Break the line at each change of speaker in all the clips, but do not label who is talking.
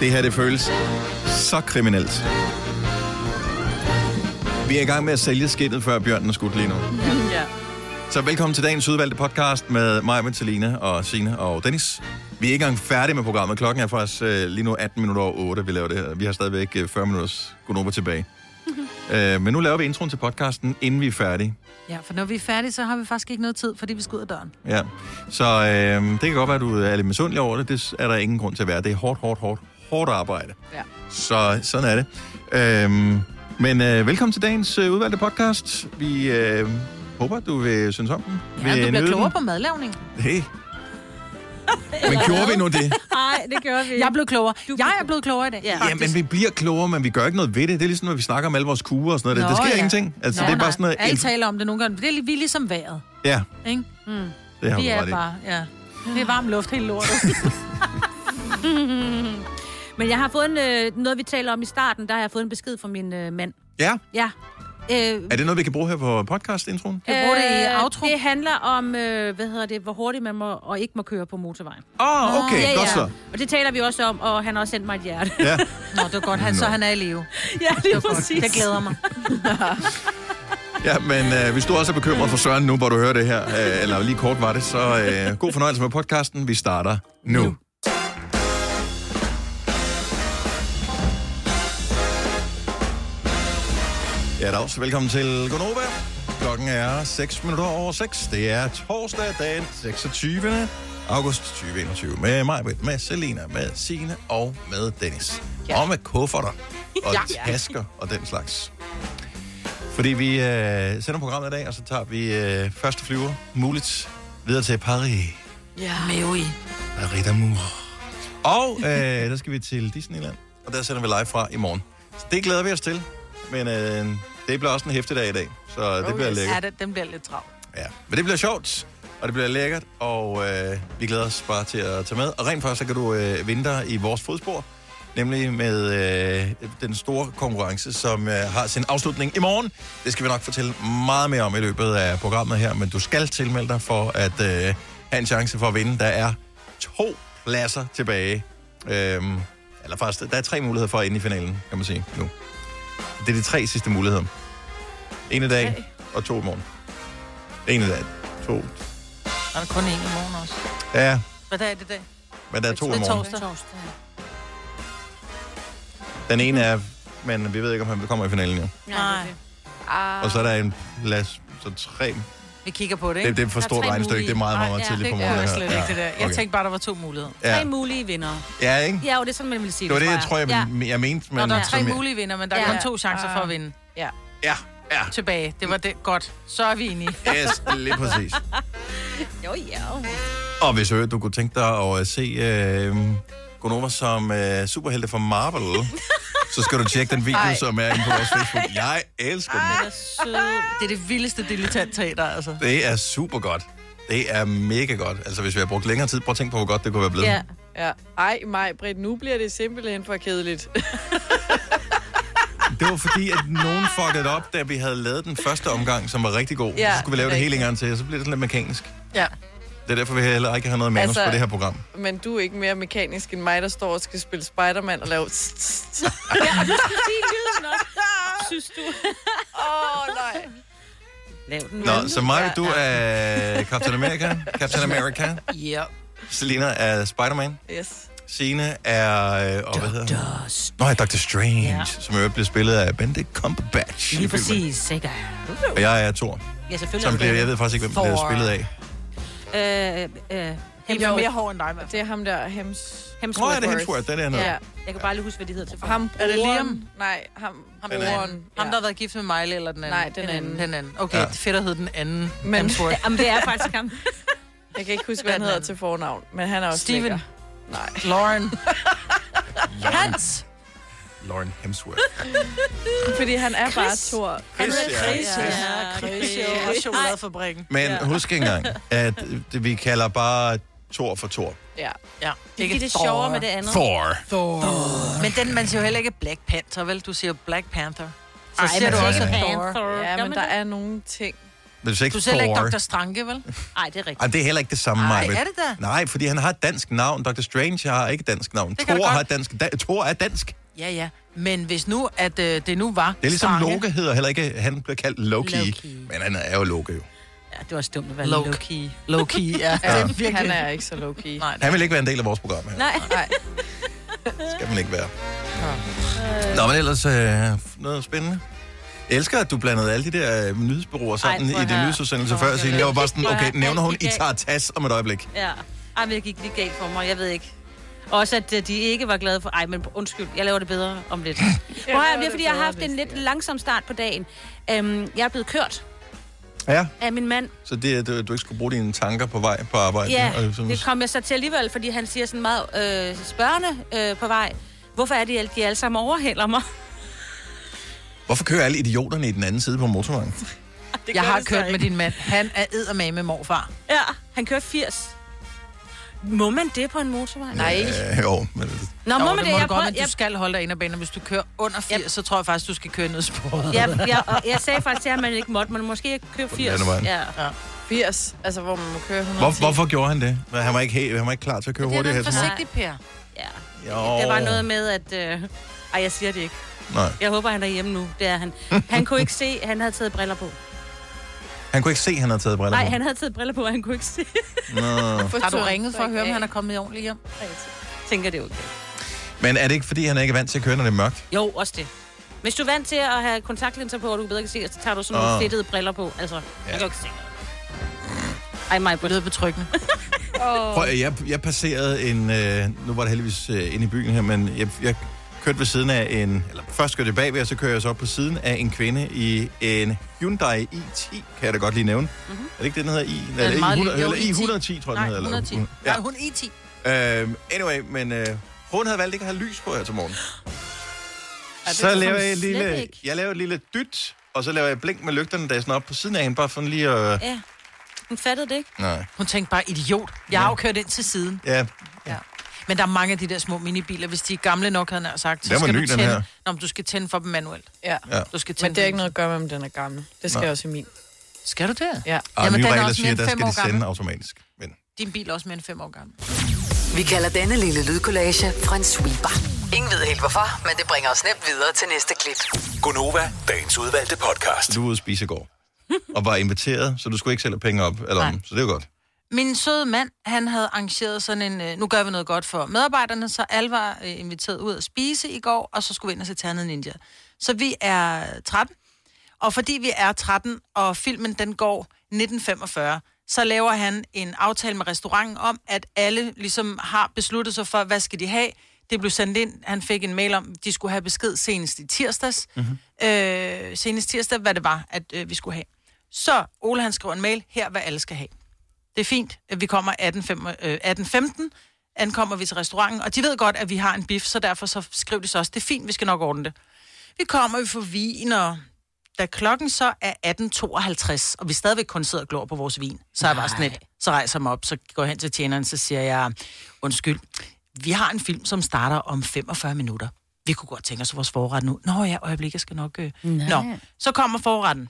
Det her, det føles så kriminelt. Vi er i gang med at sælge skinnet, før bjørnen er skudt lige nu.
ja.
Så velkommen til dagens udvalgte podcast med mig, Vitalina og Sine og Dennis. Vi er ikke engang færdige med programmet. Klokken er faktisk øh, lige nu 18 minutter over 8, vi laver det her. Vi har stadigvæk øh, 40 minutters gonova tilbage. øh, men nu laver vi introen til podcasten, inden vi er færdige.
ja, for når vi er færdige, så har vi faktisk ikke noget tid, fordi vi skal ud af døren.
Ja. Så øh, det kan godt være, at du er lidt misundelig over det. Det er der ingen grund til at være. Det er hårdt, hårdt, hårdt, hårdt arbejde.
Ja.
Så sådan er det. Øhm, men øh, velkommen til dagens øh, udvalgte podcast. Vi øh, håber, du vil synes om den.
Ja,
vil
du bliver
nyde
klogere
den.
på madlavning.
Hey. Men gjorde vi nu det?
Nej, det gjorde vi ikke.
Jeg er blevet klogere. Jeg er blevet klogere i dag.
Øh, Ja.
Ja, men vi bliver klogere, men vi gør ikke noget ved det. Det er ligesom, når vi snakker om alle vores kuger og sådan noget. Nå,
Nå,
det sker
ja.
ingenting. Altså, det er bare sådan noget...
Alle taler om det nogle gange. Det er, vi er ligesom vejret,
Ja,
ikke?
det har
Vi
du ret
er
i.
bare, ja. Det er varm luft helt lortet.
Men jeg har fået en, øh, noget, vi taler om i starten, der har jeg fået en besked fra min øh, mand.
Ja,
Ja. Øh,
er det noget, vi kan bruge her på podcast-introen?
Kan vi bruge det i
øh,
outro?
Det handler om, øh, hvad hedder det, hvor hurtigt man må og ikke må køre på motorvejen.
Åh, oh, okay, godt så.
Og det taler vi også om, og han har også sendt mig et hjerte.
Ja.
Nå, det er godt, han, så han er i live.
ja,
Det er godt. Det glæder mig.
Ja, men øh, hvis du også er bekymret for Søren nu, hvor du hører det her, øh, eller lige kort var det, så øh, god fornøjelse med podcasten. Vi starter nu. nu. Ja, dags. Velkommen til Gonova. Klokken er 6 minutter over 6. Det er torsdag den 26. august 2021. Med mig, med Selina, med Sine og med Dennis. Ja. Og med kufferter og tasker og den slags. Fordi vi øh, sender programmet i dag, og så tager vi øh, første flyver, muligt, videre til Paris.
Ja. Møi.
Paris d'amour. Og øh, der skal vi til Disneyland, og der sender vi live fra i morgen. Så det glæder vi os til, men øh, det bliver også en hæftig dag i dag, så det bliver
Ja,
lækkert.
det, den bliver lidt travlt.
Ja. Men det bliver sjovt, og det bliver lækkert, og øh, vi glæder os bare til at tage med. Og rent faktisk, så kan du øh, vinde dig i vores fodspor, nemlig med øh, den store konkurrence, som øh, har sin afslutning i morgen. Det skal vi nok fortælle meget mere om i løbet af programmet her, men du skal tilmelde dig for at øh, have en chance for at vinde. Der er to pladser tilbage. Øhm, eller faktisk, der er tre muligheder for at ende i finalen, kan man sige nu. Det er de tre sidste muligheder. En i dag, og to i morgen. En i dag, to.
Der er kun en i morgen også.
Ja,
Hvad dag er det i dag?
men der er to i
Det er
morgen.
torsdag.
Den ene er, men vi ved ikke, om han kommer i finalen jo.
Nej, det er
Og så er der en plads, så tre.
Vi kigger på det, ikke?
Det, det er for
Der er
stort
tre
regnestykke, det er meget, meget, meget
mulige.
tidligt på
det
morgenen.
er
her.
slet ikke det der. Jeg
okay.
tænkte bare, der var to muligheder.
Tre
ja.
mulige vinder.
ja, ikke?
Ja, og det er sådan, man vil sige
Det var det, jeg tror, jeg,
Ja.
jeg, jeg mente. Men,
Nå, der er
som
tre
jeg-
mulige vinder, men der er
Ja.
kun to chancer for at vinde.
Ja, ja.
Tilbage. Det var det. Godt. Så er vi enige.
Yes, lige præcis.
Jo, ja.
Og hvis øh, du kunne tænke dig at øh, se øh, Gonova som øh, superhelte for Marvel, så skal du tjekke den video, som er inde på vores Facebook. Jeg elsker den.
Det er det vildeste dilettant teater, altså.
Det er super godt. Det er mega godt. Altså, hvis vi har brugt længere tid, prøv at tænke på, hvor godt det kunne være blevet.
Ja.
Ja. Ej, mig, Britt, nu bliver det simpelthen for kedeligt.
Det var fordi, at nogen fuckede det op, da vi havde lavet den første omgang, som var rigtig god. Ja,
Ja,
så skulle vi lave
det er
det hele en gang til, og så blev det sådan lidt mekanisk.
Ja.
Det er derfor, vi heller ikke har noget manus altså...
Altså-
på det her program.
Men du er ikke mere mekanisk end mig, der står og skal spille Spider-Man og lave... Åh,
Sige lyden også, synes du.
oh, nej.
Lav den.
Nå, så Maja, du er Captain America. Captain America.
Ja.
Selina er Spider-Man.
Yes.
Signe er... Øh, og hvad hedder han?
Dust.
Nej, Dr. Strange,
Ja.
som jo blev spillet af Benedict Cumberbatch. i
Lige
filmen.
præcis, sikkert.
Og jeg er Thor,
Ja, selvfølgelig.
som
er det
bliver, jeg
det.
ved faktisk ikke, hvem det bliver
Thor.
spillet af.
Øh, øh,
Han er mere hård end dig, mand.
Det er ham der, Hems...
Nå,
Hemsworth.
er det Hemsworth, den er noget.
Ja.
Jeg kan bare lige huske, hvad de hedder til.
Ham
Er det
broren.
Liam?
Nej, ham, ham
Den
den
anden.
broren.
Ham, der har været gift med Miley eller den anden?
Nej, den anden.
Den anden. Okay,
Ja.
ja. det er fedt at hedde den anden.
Men-
Men...
Ja, Jamen, det er faktisk ham.
Jeg kan ikke huske, hvad han
Den
hedder
anden.
til fornavn, men han er også
Steven.
lækker. Nej.
Lauren.
Lauren,
Hans.
Lauren Hemsworth.
Fordi han er bare
Chris.
Thor.
Chris, ja.
Ja, Chris. Ja, chokoladefabrikken.
Men ja. husk engang, at det, vi kalder bare Thor for Thor.
Ja.
Ja.
Det er det sjovere med det andet.
Thor.
Men den, man siger jo heller ikke Black Panther, vel? Du siger Black Panther. Så
Ej,
siger
man
du
siger
også
ikke
Thor.
Panther.
Ja,
Gør
men
man
der
det?
er nogle ting.
Men hvis ikke
Du er selv ikke
Thor-
Dr. Stranke, vel?
Nej, det er rigtigt.
Ej, det er heller ikke det samme,
Ej,
Maja.
er det da?
Nej, fordi han har et dansk navn. Dr. Strange har ikke et dansk navn.
Det kan da
Thor,
godt.
har et dansk, da, Thor er dansk. Det
Ja, ja. Men hvis nu, at øh, det nu var
er ligesom
Stranke-
Loke hedder heller ikke. Han bliver kaldt Loki.
Loki.
Men han er jo Loke jo.
Ja, det var dumt at være
Loke.
low-key.
Low-key, ja.
Ja,
Det er virkelig...
Altså, Han er ikke så low-key.
Nej,
Han vil ikke være en del af vores program her.
Nej.
Nej.
Skal man ikke være. Nå, men ellers øh, noget spændende. Jeg elsker, at du blandede alle de der øh, nyhedsbureauer sammen
prøv
Ej, i
at
din
høre.
nyhedsudsendelse
Nå,
før,
det
siden
var-
jeg var bare sådan,
Prøv at
okay,
høre,
nævner hun
alt gik
Itar Tas om et øjeblik.
Ja. Ej, men det gik lige galt for mig. Jeg ved ikke. Også at øh, de ikke var glade for... Ej, men undskyld, jeg laver det bedre om lidt. Prøv at høre,
laver
det er,
det
fordi jeg har
bedre,
haft en
hvis-
lidt langsom start på dagen. Øhm, jeg er blevet kørt
Ja,
af min mand.
så det er, at du, du ikke skulle bruge dine tanker på vej på arbejde.
Ja,
og sådan-
det kom jeg så til alligevel, fordi han siger sådan meget øh, spørgende øh, på vej. Hvorfor er det, at de alle sammen overhælder mig?
Hvorfor kører alle idioterne i den anden side på motorvejen?
Det
Jeg
gør
har
det så
kørt med
ikke.
din mand. Han er eddermame med morfar.
Ja, han kørte 80. Må man det på en motorvej?
Nej.
Øh, jo, men
Nå,
Nå,
må man det?
må
jeg,
du godt,
prøvede,
men
jeg,
du skal holde dig ind ad banen. og Hvis du kører under 80, så tror jeg faktisk, du skal køre ned i sporet.
jeg, jeg, jeg, jeg, sagde faktisk til ham, at man ikke måtte. Man måske ikke køre 80.
landevejen.
Ja.
80, altså hvor man må køre 110.
Hvor, hvorfor gjorde han det? Men Han var ikke, he- han var ikke klar til at køre
Det er
hurtigt.
noget
her til morgen.
forsigtigt, Per.
ja.
Jo.
Det var noget med, at... Øh, ej, jeg siger det ikke.
Nej.
Jeg håber, han er hjemme nu. Det er han. Han kunne ikke se, han havde taget briller på.
Han kunne ikke se, at han havde taget briller
Nej,
på.
han havde taget briller på, og han kunne ikke se.
Nå.
Har du ringet for at høre, om han er kommet ordentligt hjem?
Jeg tænker, det er okay.
Men er det ikke, fordi han ikke er vant til at køre, når det er mørkt?
Jo, også det. Hvis du er vant til at have kontaktlinser på, og du bedre kan se, så tager du sådan
Åh.
nogle fedtede briller på. Altså, ja. jeg kan jo ikke se noget. Ej, mig,
Det lyder betryggende.
Prøv, at- jeg, jeg passerede en... Øh, nu var det heldigvis øh, inde i byen her, men jeg, jeg kørte ved siden af en... Eller først kørte jeg bagved, og så kører jeg så op på siden af en kvinde i en Hyundai i10, kan jeg da godt lige nævne. Mm-hmm. Er det ikke det, den hedder? I, eller,
Mhm. meget
I100,
lille- jo,
eller
i10.
I110, tror jeg,
Nej,
den hedder.
110.
Eller,
Ja.
ja.
Nej, hun er i 10.
Øhm, anyway, men øh, hun havde valgt ikke at have lys på her til morgen.
det
så
ligesom
kunne
laver
hun
jeg, et
slet
lille,
ikke.
jeg laver et lille dyt, og så laver jeg blink med lygterne, der er sådan op på siden af hende, bare for lige at...
Ja. Hun fattede det ikke.
Nej.
Hun tænkte bare, idiot. Jeg har jo kørt ind til siden.
Ja,
Ja. Men der er mange af de der små minibiler, hvis de er gamle nok, havde jeg nær sagt. Så
Den var
skal
ny,
du
den
tænde...
her.
Nå, men du skal tænde for dem manuelt.
Ja.
ja.
Du skal tænde
Men det er ikke
for
noget at gøre med, om den er gammel. Det skal
Nej.
jeg også i min.
dem. Skal du det?
Ja.
Og Jamen,
Jamen,
nye
den er
regler
også
siger,
mere
der
end
skal
fem
de
år
sende
gammel.
automatisk. Men
Din bil er også mere end fem år gammel.
Vi kalder denne lille lydkollage Frans sweeper. Ingen ved helt hvorfor, men det bringer os nemt videre til næste klip.
Gunova, dagens udvalgte podcast.
du var ude at spise i går, og var inviteret, så du skulle ikke sælge penge op. Eller om,
Nej.
så det er jo godt.
Min søde mand, han havde arrangeret sådan en, øh, nu gør vi noget godt for medarbejderne, så alle var øh, inviteret ud at spise i går, og så skulle vi ind og se Ternet Ninja. Så vi er 13, og fordi vi er 13, og filmen den går 1945, så laver han en aftale med restauranten om, at alle ligesom har besluttet sig for, hvad skal de have. Det blev sendt ind, han fik en mail om, de skulle have besked senest i tirsdags. Mm-hmm. Øh, senest tirsdag, hvad det var, at øh, vi skulle have. Så Ole han skriver en mail, her hvad alle skal have. Det er fint. Vi kommer 18.15, øh, 18, ankommer vi til restauranten, og de ved godt, at vi har en biff, så derfor så skriv det så også. Det er fint, vi skal nok ordne det. Vi kommer, vi får vin, og da klokken så er 18.52, og vi stadigvæk kun sidder og glor på vores vin, så er jeg bare sådan lidt, så rejser jeg mig op, så går jeg hen til tjeneren, så siger jeg, undskyld, vi har en film, som starter om 45 minutter. Vi kunne godt tænke os vores forret nu. Nå ja, øjeblik, jeg skal nok... Øh. Nå, så kommer forretten.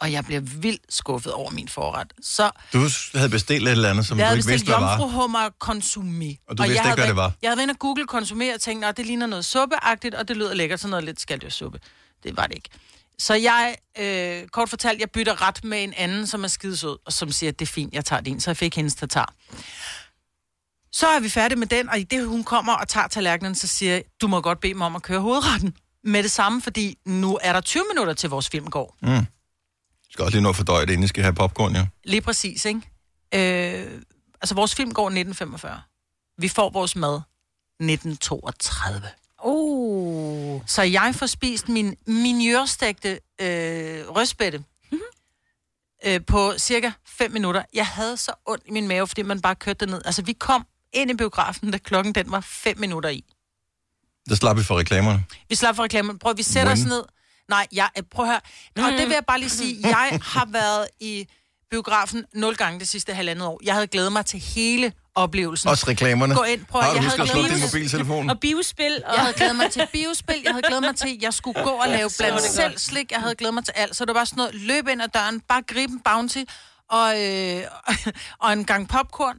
Og jeg bliver vildt skuffet over min forret. Så
Du s- havde bestilt et eller andet, som
jeg
du
havde
ikke vidste,
bestilt
hvad var.
jomfruhummer konsumé.
Og du vidste ikke, hvad
jeg havde
det var?
været- Jeg havde været inde og google konsumé og tænkt, at det ligner noget suppeagtigt, og det lyder lækkert, sådan noget lidt skaldyrsuppe. Det var det ikke. Så jeg, øh, kort fortalt, jeg bytter ret med en anden, som er skidesød, og som siger, det er fint, jeg tager din, så jeg fik hendes tatar. Så er vi færdige med den, og i det, hun kommer og tager tallerkenen, så siger jeg, du må godt bede mig om at køre hovedretten. Med det samme, fordi nu er der 20 minutter til vores film går.
Jeg skal også lige nå at fordøje det, inden I skal have popcorn, ja.
Lige præcis, ikke? Øh, altså, vores film går 1945. Vi får vores mad 1932.
Oh.
Så jeg får spist min minjørstægte øh, røstbætte øh, på cirka 5 minutter. Jeg havde så ondt i min mave, fordi man bare kørte det ned. Altså, vi kom ind i biografen, da klokken den var 5 minutter i.
Der slap vi for reklamerne.
Vi slap for reklamen. Prøv, vi sætter
When?
os ned. Nej, jeg, øh, prøv at høre. Og det vil jeg bare lige sige. Jeg har været i biografen 0 gange det sidste halvandet år. Jeg havde glædet mig til hele oplevelsen.
Også reklamerne.
Gå ind, prøv at-
Har du
jeg
husket at
havde
slukke din
glemt-
mobiltelefon?
Og biospil, og
Jeg havde glædet mig til biospil, jeg havde glædet mig til, at jeg skulle gå og lave blandt selv slik, jeg havde glædet mig til alt. Så det var bare sådan noget, løb ind ad døren, bare gribe en bounty, og, øh, og en gang popcorn,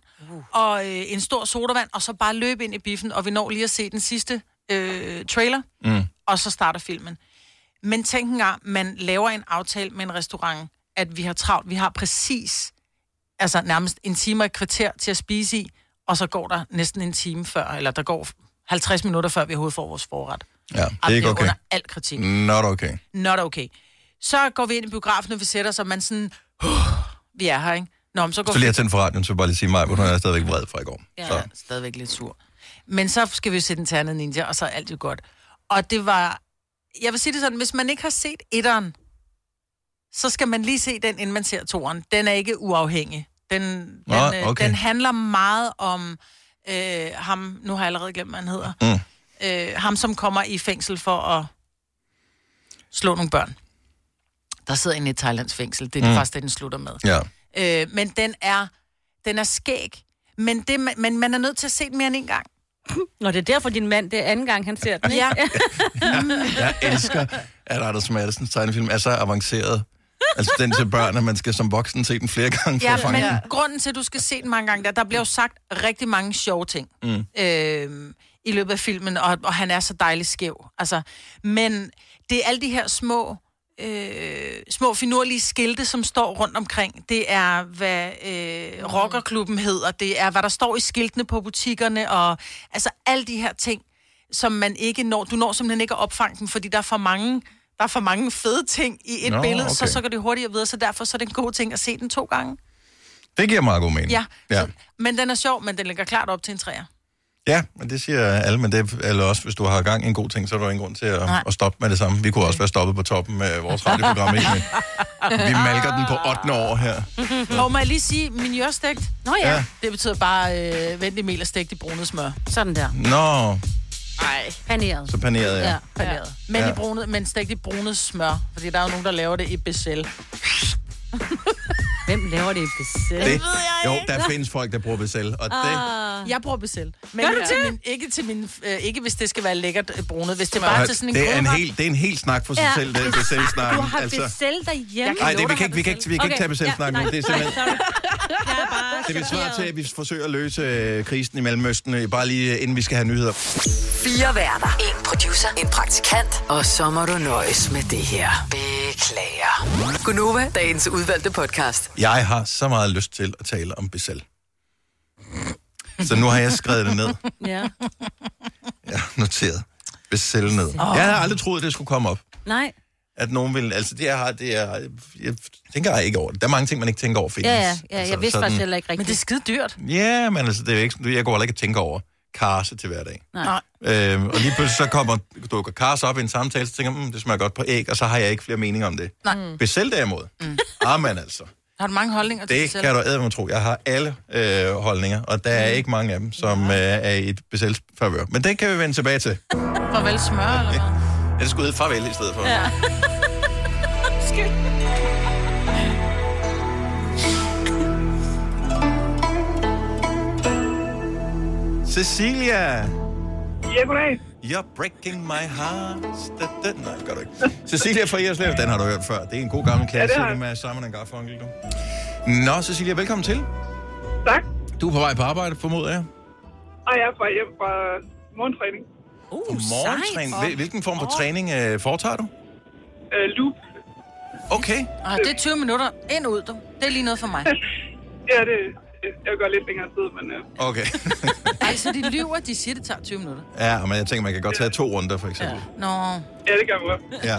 og øh, en stor sodavand, og så bare løbe ind i biffen, og vi når lige at se den sidste øh, trailer, mm. og så starter filmen. Men tænk engang, man laver en aftale med en restaurant, at vi har travlt, vi har præcis, altså nærmest en time og et kvarter til at spise i, og så går der næsten en time før, eller der går 50 minutter før vi overhovedet får vores forret.
Ja, det er ikke okay. Mm.
under al kritik.
Not okay.
Not okay. Så går vi ind i biografen, og vi sætter os, og man sådan, "Huh, vi er her, ikke? Nå, men så går
Så lige at tænde for radioen, så vil jeg bare lige sige mig, hvor hun er stadigvæk vred fra i går.
Ja,
Så.
så. stadigvæk lidt sur. Men så skal vi jo se den ternede ninja, og så er alt jo godt. Og det var... Jeg vil sige det sådan, hvis man ikke har set etteren, så skal man lige se den, inden man ser toeren. Den er ikke uafhængig. Den, den,
Nå,
øh,
okay.
den handler meget om øh, ham, nu har jeg allerede glemt, hvad han hedder,
Mm.
øh, ham, som kommer i fængsel for at slå nogle børn. Der sidder en i et thailandsk fængsel. Det er mm.
Mm.
faktisk det, den slutter med.
Ja.
Øh, men den er, den er skæg. Men, det, man, men man er nødt til at se den mere end en gang.
Nå, det er derfor, din mand, det er anden gang, han ser den, ikke?
Ja.
Jeg elsker, at Anders Madsens tegnefilm er så avanceret. Altså den til børn, at man skal som voksen se den flere gange for at
ja,
fange
men
den.
grunden til, at du skal se den mange gange, der, der bliver jo sagt rigtig mange sjove ting mm. øh, i løbet af filmen, og, og han er så dejlig skæv. Altså, men det er alle de her små, øh, små finurlige skilte, som står rundt omkring. Det er, hvad øh, rockerklubben hedder, det er, hvad der står i skiltene på butikkerne, og altså alle de her ting, som man ikke når. Du når simpelthen ikke at opfange dem, fordi der er for mange der er for mange fede ting i et
Nå,
Nå, billede, okay. så,
okay.
så går det hurtigere videre, så derfor så er det en god ting at se den to gange.
Det giver meget god mening.
Ja,
ja.
ja. Så, men den er sjov, men den ligger klart op til en træer.
Ja, men det siger alle, men det er eller også, hvis du har gang i en god ting, så er der jo ingen grund til at,
Nej.
at stoppe med det samme. Vi kunne også være stoppet på toppen med vores radioprogram, ikke? Men vi malker den på 8. år her.
Ja. Og må jeg lige sige, min jørstegt,
Nå ja.
Ja.
ja.
det betyder bare øh, vendt i mel og stegt i brunet smør.
Sådan der.
Nå,
Nej.
Paneret.
så panerede jeg.
Ja.
Ja.
Ja. Men,
Ja.
ja. i brunet, men stegt i brunet smør, fordi der er jo nogen, der laver det i Bessel.
Hvem laver det i besæt?
Det, jo, der findes folk, der bruger Bessel, og det...
Jeg bruger Bessel. Men
Gør du
ikke til min, ikke, til min, øh, ikke hvis det skal være lækkert øh, brunet, hvis det
Og
bare er til sådan en
det, er en
kogeret.
hel, det er en hel snak for sig
Ja.
selv, det er
Du
Bessel-snakken.
har altså.
Altså,
besæl derhjemme.
nej, det, vi kan ikke, vi kan ikke, vi kan ikke tage Bessel-snakken, det er simpelthen...
Jeg er bare
Det vil svare
chokeret.
til, at vi forsøger at løse øh, krisen i Mellemøsten, øh, bare lige øh, inden vi skal have nyheder.
Fire værter. En producer. En praktikant. Og så må du nøjes med det her. Beklager. Gunova, dagens udvalgte podcast.
Jeg har så meget lyst til at tale om Bessel. Så nu har jeg skrevet det ned.
Ja.
Jeg har noteret. Bessel ned. Jeg havde aldrig troet, det skulle komme op.
Nej.
At nogen ville... Altså, det jeg har, det er... Jeg tænker ikke over det. Der er mange ting, man ikke tænker over findes.
Ja, ja. ja jeg
Altså,
vidste
sådan-
faktisk heller ikke
Men det er
rigtigt.
skide dyrt.
Ja, men altså, det er jo ikke... Jeg går heller ikke og tænker over karse til hverdag.
Nej.
Øhm, og lige pludselig så kommer, dukker Kars op i en samtale, så tænker jeg, mm, det smager godt på æg, og så har jeg ikke flere meninger om det.
Nej.
Bessel derimod. Mm. Amen altså.
Har du mange holdninger til
Det
Bessel?
kan du æde tro. Jeg har alle øh, holdninger, og der
Mm.
er ikke mange af dem, som øh, er i et Bessels favør. Men det kan vi vende tilbage til.
Farvel smør, eller hvad?
Jeg skulle hedde farvel i stedet for. Ja. Cecilia!
Ja, goddag.
You're breaking my heart. Da, da. Nej, det gør du ikke. Cecilia fra Jerslev, den har du hørt før. Det er en god gammel klassiker
har jeg.
med Simon and Garfunkel, du. Nå, Cecilia, velkommen til.
Tak.
Du er på vej på arbejde, formoder jeg.
Og jeg er fra hjem fra øh, morgentræning.
Uh,
Morgentræning. Hvil- Hvilken form for træning øh, foretager du?
Øh, loop.
Okay.
Ah, det er 20 minutter. Ind og ud, du. Det er lige noget for mig.
Ja, det jeg gør lidt længere tid, men øh,
Okay.
Ej, så Altså, de lyver, de siger, det tager 20 minutter.
ja, men jeg tænker, man kan godt tage to runder, for eksempel.
Nå,
ja, det gør jeg godt.
Ja.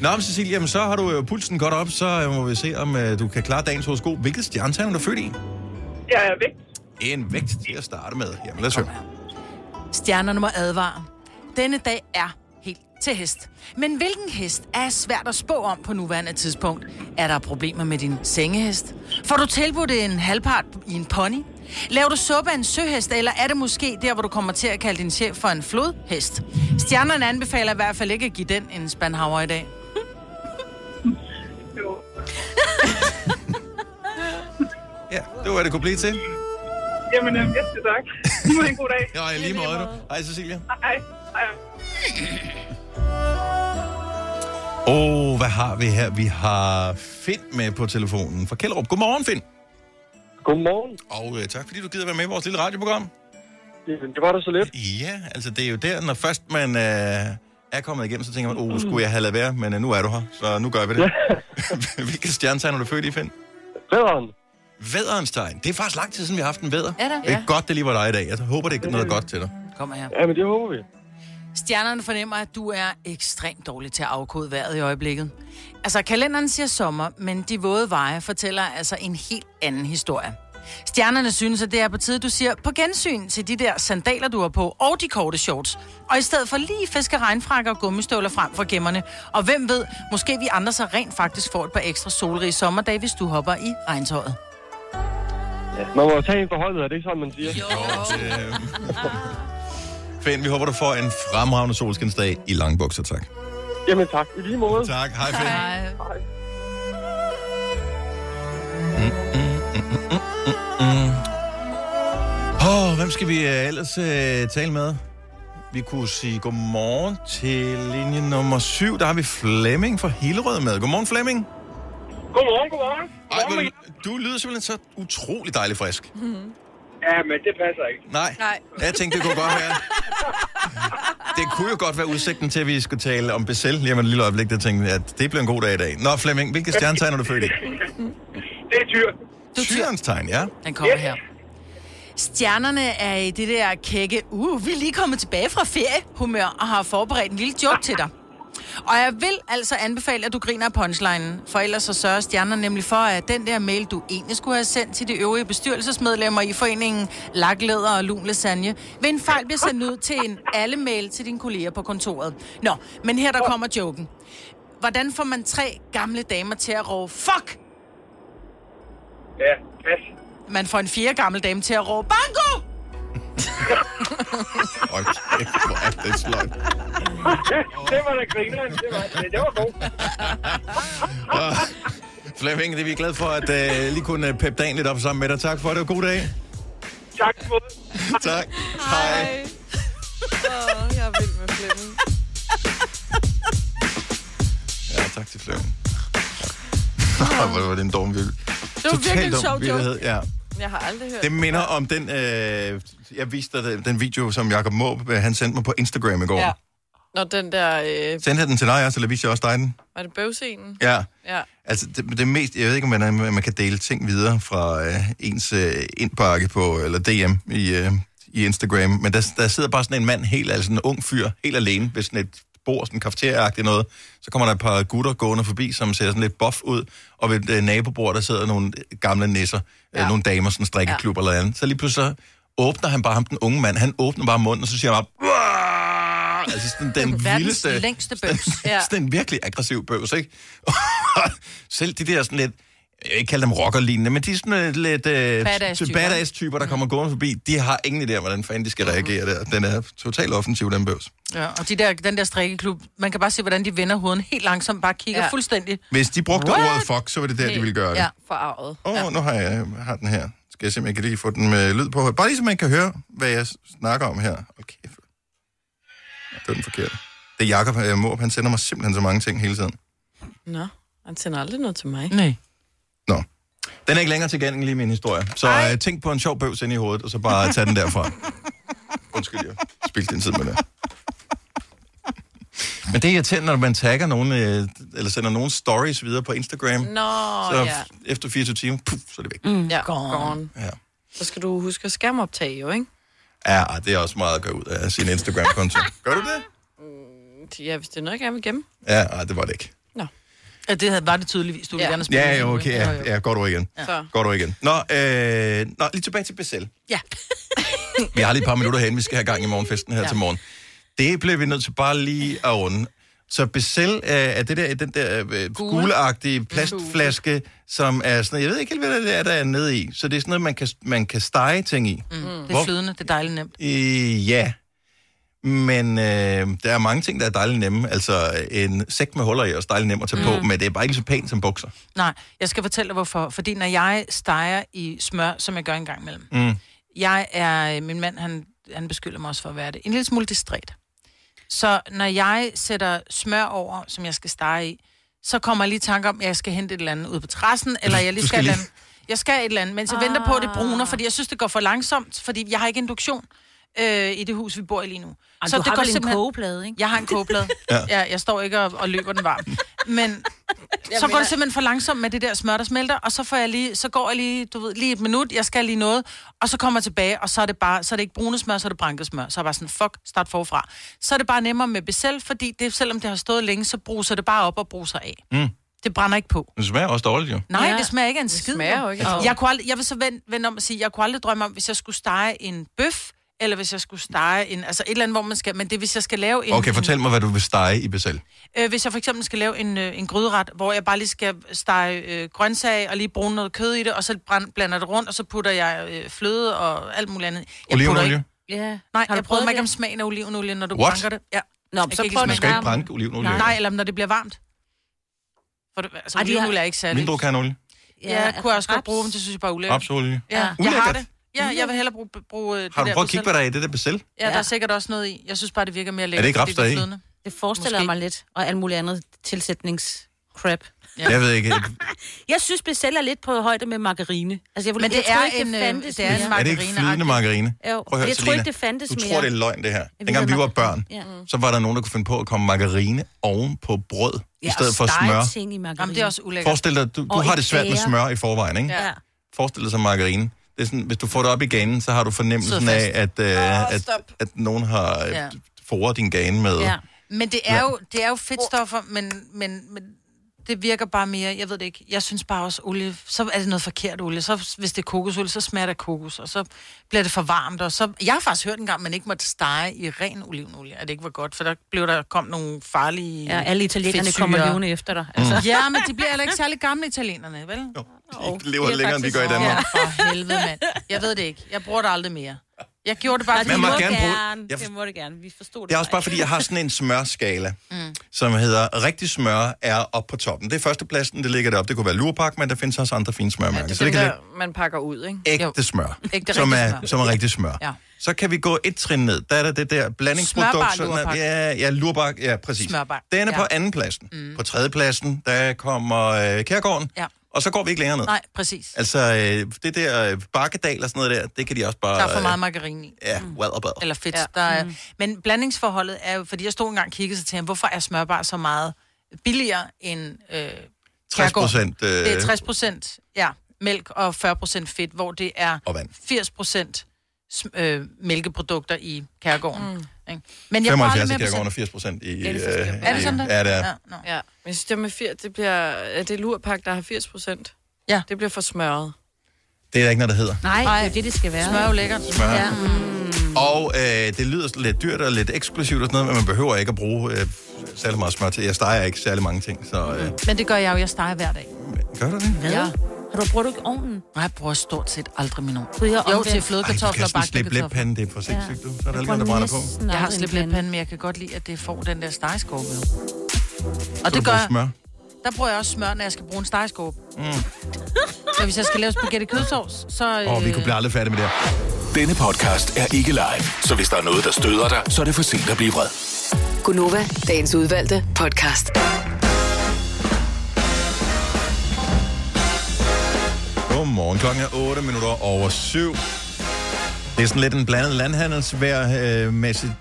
Nå, men Cecilia, jamen, så har du jo pulsen godt op, så øh, må vi se, om øh, du kan klare dagens horoskop. Hvilket stjernetegn er du født i?
Jeg er væk.
En vægt til at starte med. Jamen, lad os høre.
Stjernerne må advare. Denne dag er helt til hest. Men hvilken hest er svært at spå om på nuværende tidspunkt? Er der problemer med din sengehest? Får du tilbudt en halvpart i en pony? Laver du suppe af en søhest, eller er det måske der, hvor du kommer til at kalde din chef for en flodhest? Stjernerne anbefaler i hvert fald ikke at give den en spandhauer i dag.
Jo.
Ja, det var, hvad det kunne blive til.
Jamen, øh, yes, det tak. Nu må I have en god dag.
Ja, i lige måde. du. Hej, Cecilia.
Hej. Hej.
Åh, oh, hvad har vi her? Vi har Finn med på telefonen fra Kjellerup. Godmorgen, Finn.
Godmorgen.
Og øh, tak, fordi du gider være med i vores lille radioprogram.
Jamen, Det var da så lidt.
Ja, altså det er jo der, når først man øh, er kommet igennem, så tænker man, åh, oh, skulle jeg have lavet være, men øh, nu er du her, så nu gør vi det. Hvilke stjernetegn er du født i, Finn?
Vædderen.
Vædderens tegn. Det er faktisk lang tid siden, vi har haft en vædder.
Er der?
Det er ja. godt, det lige var dig i dag. Jeg håber, det er noget godt til dig.
Kom her.
Jamen, det håber vi.
Stjernerne fornemmer, at du er ekstremt dårlig til at afkode vejret i øjeblikket. Altså, kalenderen siger sommer, men de våde veje fortæller altså en helt anden historie. Stjernerne synes, at det er på tide, du siger på gensyn til de der sandaler, du har på, og de korte shorts. Og i stedet for lige fiske regnfrakker og gummistøvler frem for gemmerne. Og hvem ved, måske vi andre så rent faktisk får et par ekstra solrige sommerdage, hvis du hopper i regntøjet.
Ja. Man må jo tage en for holdet, er det ikke sådan, man siger?
Jo. Øh, Finn, vi håber, du får en fremragende solskinsdag i lange bukser, tak.
Jamen tak, i lige måde.
Tak, hej Finn.
Ej,
Åh, oh, hvem skal vi øh, ellers øh, tale med? Vi kunne sige godmorgen til linje nummer 7. Der har vi Flemming fra Hillerød med. Godmorgen, Flemming.
Godmorgen, godmorgen.
Ej, hvor, du lyder simpelthen så utrolig dejlig frisk.
Ja, men det passer ikke.
Nej.
Nej.
Jeg tænkte, det kunne godt være. Det kunne jo godt være udsigten til, at vi skulle tale om Bessel lige om et lille øjeblik. Jeg tænkte, at det bliver en god dag i dag. Nå, Flemming, hvilke stjernetegn er du født i?
Det er dyrt.
Du er tyr.
Tyrens tegn, ja.
Den kommer her. Stjernerne er i det der kække, uh, vi er lige kommet tilbage fra ferie, humør, og har forberedt en lille joke til dig. Og jeg vil altså anbefale, at du griner af punchlinen, for ellers så sørger stjernerne nemlig for, at den der mail, du egentlig skulle have sendt til de øvrige bestyrelsesmedlemmer i foreningen Lakleder og Lun Lasagne, ved en fejl bliver sendt ud til en alle-mail til dine kolleger på kontoret. Nå, men her der kommer joken. Hvordan får man tre gamle damer til at råbe, fuck,
Ja, pas.
man får en fjerde gammel dame til at råbe, banko!
Hold kæft, hvor er det sløjt.
Det var da grineren. Det var, det var god.
Åh, Flemming, det er vi glade for, at uh, lige kunne øh, peppe dagen lidt op sammen med dig. Tak for det, og god dag.
Tak for
Tak. Hej.
Åh, jeg er vild med Flemming.
Ja, tak til Flemming. Ej, Hvor var det en dum vild. Det
var virkelig en sjov joke.
Ja.
Jeg har aldrig hørt.
Det minder om den, øh, jeg viste dig den, den video, som Jacob Måb, øh, han sendte mig på Instagram i går. Ja.
Ja.
Når den der... Øh,
Sendte han den til dig også, eller viste jeg også dig den?
var det bøvscenen?
Ja.
Ja.
Altså, det, det mest, jeg ved ikke, om man, er- man kan dele ting videre fra øh, ens øh, indpakke på, eller DM i, øh, i Instagram, men der, der sidder bare sådan en mand, helt, altså en ung fyr, helt alene ved sådan et bord, sådan kafeteriagtigt noget. Så kommer der et par gutter gående forbi, som ser sådan lidt buff ud, og ved et øh, nabobord, der sidder nogle gamle nisser, ja. øh, nogle damer, sådan en strikkeklub ja. eller andet. Så lige pludselig så åbner han bare ham, den unge mand, han åbner bare munden, og så siger han bare, "Uah!" altså sådan den
Verdens
vildeste
længste bøvs.
ja. sådan en virkelig aggressiv bøvs, ikke? Selv de der sådan lidt, jeg vil ikke kalde dem rockerlignende, men de er sådan øh, lidt øh,
Badass-typer.
badass-typer, der kommer gående forbi. De har ingen idé om, hvordan fanden de skal
Mhm.
reagere der. Den er totalt offensiv, den bøvs.
Ja, og de der, den der strikkeklub, man kan bare se, hvordan de vender hovedet helt langsomt, bare kigger ja.
Ja.
fuldstændig.
Hvis de brugte What? ordet fuck, så var det der, de ville gøre det.
Ja.
Forarvet.
Åh, oh, nu har jeg, jeg har den her. Skal jeg se, om jeg kan lige få den med lyd på? Bare lige så man kan høre, hvad jeg snakker om her. Okay. Det var den forkerte. Det er Jacob øh, Måb, han sender mig simpelthen så mange ting hele tiden.
Nå, han sender aldrig noget til mig.
Nej.
Nå. Den er ikke længere tilgængelig i min historie. Så øh, tænk på en sjov bøvs ind i hovedet, og så bare tage den derfra. Undskyld, jeg spildte din tid med det. Men det er irriterende, når man tagger nogen, øh, eller sender nogen stories videre på Instagram.
Nå,
så
ja.
efter 24 timer, puff, så er det væk. Mm.
Ja, gone.
Ja.
Så skal du huske at skærmoptage jo, ikke?
ja, ej, det er også meget at gøre ud af sin Instagram-konto. Gør du det?
Ja, hvis det er noget, jeg gerne vil gemme.
Ja, ej, det var det ikke.
Ja, det havde- var det tydeligvis, du ville
Ja.
gerne spille.
Ja,
med
jo,
hende.
okay. Ja, ja går du igen.
Så.
Går du igen. Nå, øh, nå, lige tilbage til Bessel.
Ja.
Vi har lige et par minutter hen, vi skal have gang i morgenfesten her ja. til morgen. Det bliver vi nødt til bare lige at runde. Så Bessel øh, er det der, den der øh, gulagtige plastflaske, som er sådan, jeg ved ikke helt, hvad det er, der er nede i. Så det er sådan noget, man kan, man kan stege ting i. Mm.
Det er flydende, det er dejligt nemt.
Øh, ja. Men øh, der er mange ting, der er dejligt nemme. Altså en sæk med huller i er også dejligt nem at tage mm. på, men det er bare ikke lige så pænt som bukser.
Nej, jeg skal fortælle dig hvorfor. Fordi når jeg steger i smør, som jeg gør en gang imellem, mm. Jeg er, min mand, han, han beskylder mig også for at være det, en lille smule distræt. Så når jeg sætter smør over, som jeg skal stege i, så kommer jeg lige i tanke om, at jeg skal hente et eller andet ud på terrassen, eller jeg lige
du skal
skal, skal
lige-
et eller andet. Jeg skal et eller andet, mens jeg ah. venter på, at det bruner, fordi jeg synes, det går for langsomt, fordi jeg har ikke induktion øh, i det hus, vi bor i lige nu.
Ej, så du
det
det har vel en kogeplade, ikke?
Jeg har en kogeplade.
Ja.
ja. jeg, jeg står ikke og, og løber den varm. Men så går det simpelthen for langsomt med det der smør, der smelter, og så, får jeg lige, så går jeg lige, du ved, lige et minut, jeg skal lige noget, og så kommer jeg tilbage, og så er det bare, så er det ikke brune smør, så er det branket smør. Så er jeg bare sådan, fuck, start forfra. Så er det bare nemmere med besæl, fordi det, selvom det har stået længe, så bruser det bare op og bruser af.
Mm.
Det brænder ikke på.
Det smager også dårligt, jo.
Nej,
Ja.
ja. det smager ikke af en skid.
smager jo ikke af noget.
Jeg, kunne aldrig, jeg vil så vende, vende om og sige, jeg kunne aldrig drømme om, hvis jeg skulle stege en bøf, eller hvis jeg skulle stege en, altså et eller andet, hvor man skal, men det er, hvis jeg skal lave en...
Okay, fortæl mig, hvad du vil stege i besæl.
Øh, hvis jeg for eksempel skal lave en, øh, en gryderet, hvor jeg bare lige skal stege øh, grøntsager og lige bruge noget kød i det, og så brænd, blander det rundt, og så putter jeg øh, fløde og alt muligt andet. Jeg putter
Olivenolie?
Ja.
ikke- Nej,
Har du
jeg prøver
prøvet
mig ikke om
det?
smagen af olivenolie, når du
What?
brænker det. Ja.
Nå,
kan
så
ikke
prøv
smage.
Man
den
skal ikke
her.
brænde olivenolie.
Nej. Nej, eller når det bliver varmt. For det,
Ej,
altså,
de har- altså,
olivenolie er ikke særlig.
Mindre kerneolie?
Ja, jeg kunne jeg også godt
raps.
bruge dem, det synes jeg bare er ulækkert.
Rapsolie?
Ja, jeg
Ulækkert.
har det. Ja, jeg vil hellere bruge, bruge øh, det
Har du
der
prøvet at kigge,
på
hvad der er i det der besæl?
Ja, der
Ja.
er sikkert også noget i. Jeg synes bare, det virker mere lækkert.
ikke raps,
fordi
der er i?
flydende.
Det forestiller
Måske.
mig lidt, og alt muligt andet tilsætningscrap.
Ja.
Jeg ved ikke.
Jeg synes, Bessel er lidt på højde med margarine. Altså, jeg ville,
Men det
jeg tror
er
ikke,
en,
det
øh,
fandtes
det er en
mere.
mar-
Er det ikke flydende
Margarineagtigt.
margarine?
Jo,
Prøv at høre,
jeg tror ikke,
Selina.
det fandtes
Du
mere.
tror, det er løgn, det her.
ved,
Dengang vi
at
var
margarine-
børn,
Ja. Mm.
så var der nogen, der kunne finde på at komme margarine oven på brød, i stedet for smør.
Ting i margarine.
Jamen, det er også ulækkert.
Forestil dig, du, du
Og
har
i
det svært med
kager.
smør i forvejen, ikke?
Ja.
Forestil dig så margarine. Det er sådan, hvis du får det op i ganen, så har du fornemmelsen
Sidder
af,
fast.
at, øh, at,
stop.
at nogen har øh,
Ja.
foret din gane med.
Ja.
Men det er jo, det er jo fedtstoffer, men, men, men det virker bare mere, jeg ved det ikke, jeg synes bare også olie, så er det noget forkert olie, så hvis det er kokosolie, så smager det af kokos, og så bliver det for varmt, og så, jeg har faktisk hørt engang, at man ikke måtte stege i ren olivenolie, at det ikke var godt, for der blev der kom nogle farlige
ja, alle italienerne
fedtsyrer.
kommer levende efter dig. Altså.
Ja, men de bliver heller ikke særlig gamle italienerne, vel? Jo,
De lever
Det er
længere, end vi
faktisk-
gør i Danmark.
ja, for helvede, mand. Jeg ved det ikke. Jeg bruger det aldrig mere. Jeg gjorde det bare, fordi
Men man
jeg
må
måtte.
gerne bruge- Jeg
Jeg...
for-
Det må det gerne. Vi forstod det.
Det er også bare, fordi jeg har sådan en smørskala, mm. som hedder, rigtig smør er op på toppen. Det er førstepladsen, det ligger deroppe. Det kunne være lurpak, men der findes også andre fine smørmærker.
Det
Ja,
er
så det
dem,
kan ligge
der, man pakker ud, ikke?
ægte smør,
Ægte
som,
rigtig
er,
smør.
som er rigtig smør.
Ja.
Så kan vi gå et trin ned. Der er der det der blandingsprodukt.
Smørbar
sådan at-
lurpak.
Ja, ja, lurpak, ja, præcis.
Smørbar,
Den er
ja.
på andenpladsen. Mm. På tredjepladsen, der kommer øh, Kærgården,
Ja.
og så går vi ikke længere ned.
Nej, præcis.
Altså, øh, det der øh, bakkedal og sådan noget der, det kan de også bare...
Der er for meget margarine i.
Øh, ja, wadderbad.
eller fedt. Ja. Mm. Der er, Men blandingsforholdet er jo, fordi jeg stod engang og kiggede sig til ham, hvorfor er smørbar så meget billigere end øh,
60 procent... Øh,
det er 60 procent ja, mælk og 40 procent fedt, hvor det er
Og vand.
80 procent øh, mælkeprodukter i kærgården. Mm. Ikke? Men jeg prøver
75 i
aldrig mere
Kærgården og
procent.
80 procent i...
Ja, det er
øh,
forskelligt.
Er det sådan
i-
det?
Ja, det er.
Ja, no.
Ja. Men jeg synes, det med 80, det bliver... Er det lurpak, der har 80 procent?
Ja.
Det bliver for smørret.
Det er der ikke noget, der hedder.
Nej, det er jo det, det skal være.
Smør er jo lækkert.
Smør.
Ja.
Mm.
Og øh, det lyder sådan lidt dyrt og lidt eksklusivt og sådan noget, men man behøver ikke at bruge øh, særlig meget smør til. Jeg steger ikke særlig mange ting, så øh,
Men det gør jeg jo, jeg steger hver dag.
gør du det?
Hvad?
Ja.
Har du brugt ikke ovnen?
Nej, jeg bruger stort set aldrig min ovn.
Gud, jeg er
Jo,
omvendt.
til
Ej, du
flødekartofler
skal
og
sådan slippe
bagte
læbpanden, det er for sindssygt, du. Så er der ikke noget,
Jeg
der
bruger
brænder på.
næsten
Jeg har
aldrig en
slidt
pande.
læbpanden, men jeg kan godt lide, at det får den der stegeskorpe. jo. Og
Så
det
du
gør
bruger
jeg.
smør.
Der bruger jeg også smør, når jeg skal bruge en stegeskorpe. Mm. Så hvis jeg skal lave spaghetti kødsovs, så... øh,
Åh, oh, vi kunne blive aldrig færdige med det her.
Denne podcast er ikke live, så hvis der er noget, der støder dig, så er det for sent at blive vred.
Gunova, dagens udvalgte podcast.
Godmorgen. Klokken er 8 minutter over 7. Det er sådan lidt en blandet landhandelsvejrmæssigt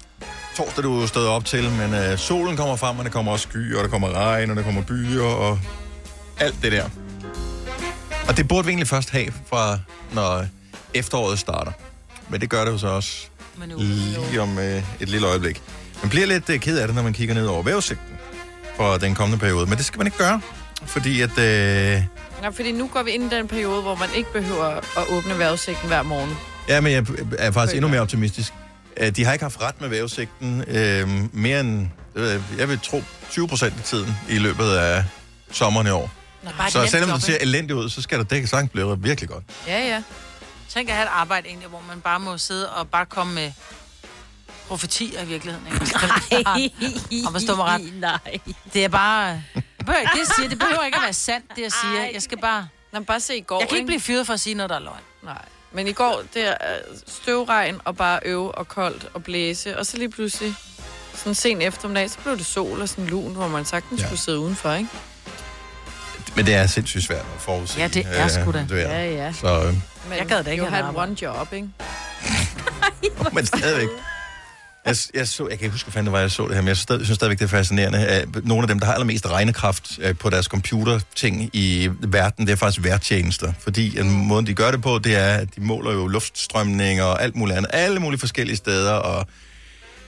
torsdag, du er stået op til, men øh, solen kommer frem, og der kommer også skyer, og der kommer regn, og der kommer byer, og alt det der. Og det burde vi egentlig først have, fra når efteråret starter. Men det gør det jo så også
Men nu,
lige om øh, et lille øjeblik. Man bliver lidt øh, ked af det, når man kigger ned over vævesigten for den kommende periode, men det skal man ikke gøre, fordi at... Øh,
Ja, fordi nu går vi ind i den periode, hvor man ikke behøver at åbne vejrudsigten hver morgen.
Ja, men jeg er faktisk endnu mere optimistisk. Øh, De har ikke haft ret med vævesigten øh, mere end, det ved jeg, jeg vil tro, 20 procent af tiden i løbet af sommeren i år.
bare et
Så
nemt
selvom
job,
det ser
ikke?
elendigt ud, så skal der dække sang blive virkelig godt.
Ja, ja.
Tænk at have et arbejde egentlig, hvor man bare må sidde og bare komme med profetier i virkeligheden. Ikke? Og forstå mig ret.
Nej.
Det er bare... øh, Det behøver, ikke- det, jeg siger, det behøver ikke at være sandt, det jeg siger. Jeg skal bare...
Nå, men bare se i går,
Jeg kan ikke
ikke?
blive fyret for at sige noget, der er løgn.
Nej. Men i går, det er øh, støvregn og bare øve og koldt og blæse. Og så lige pludselig, sådan sen eftermiddag, så blev det sol og sådan lun, hvor man sagtens
Ja.
ja. skulle sidde udenfor, ikke?
Men det er sindssygt svært at forudse.
Ja, det er sgu da.
det er.
Ja, ja.
Så, øh,
Men
Jeg gad da ikke
you
have
had
en
one job, ikke?
men stadigvæk. Jeg, jeg, så, jeg kan ikke huske, hvor fanden det var, jeg så det her, men jeg stadig, synes stadigvæk, det er fascinerende. at Nogle af dem, der har allermest regnekraft øh, på deres computerting i verden, det er faktisk værtjenester. Fordi en måde, de gør det på, det er, at de måler jo luftstrømning og alt muligt andet. Alle mulige forskellige steder, og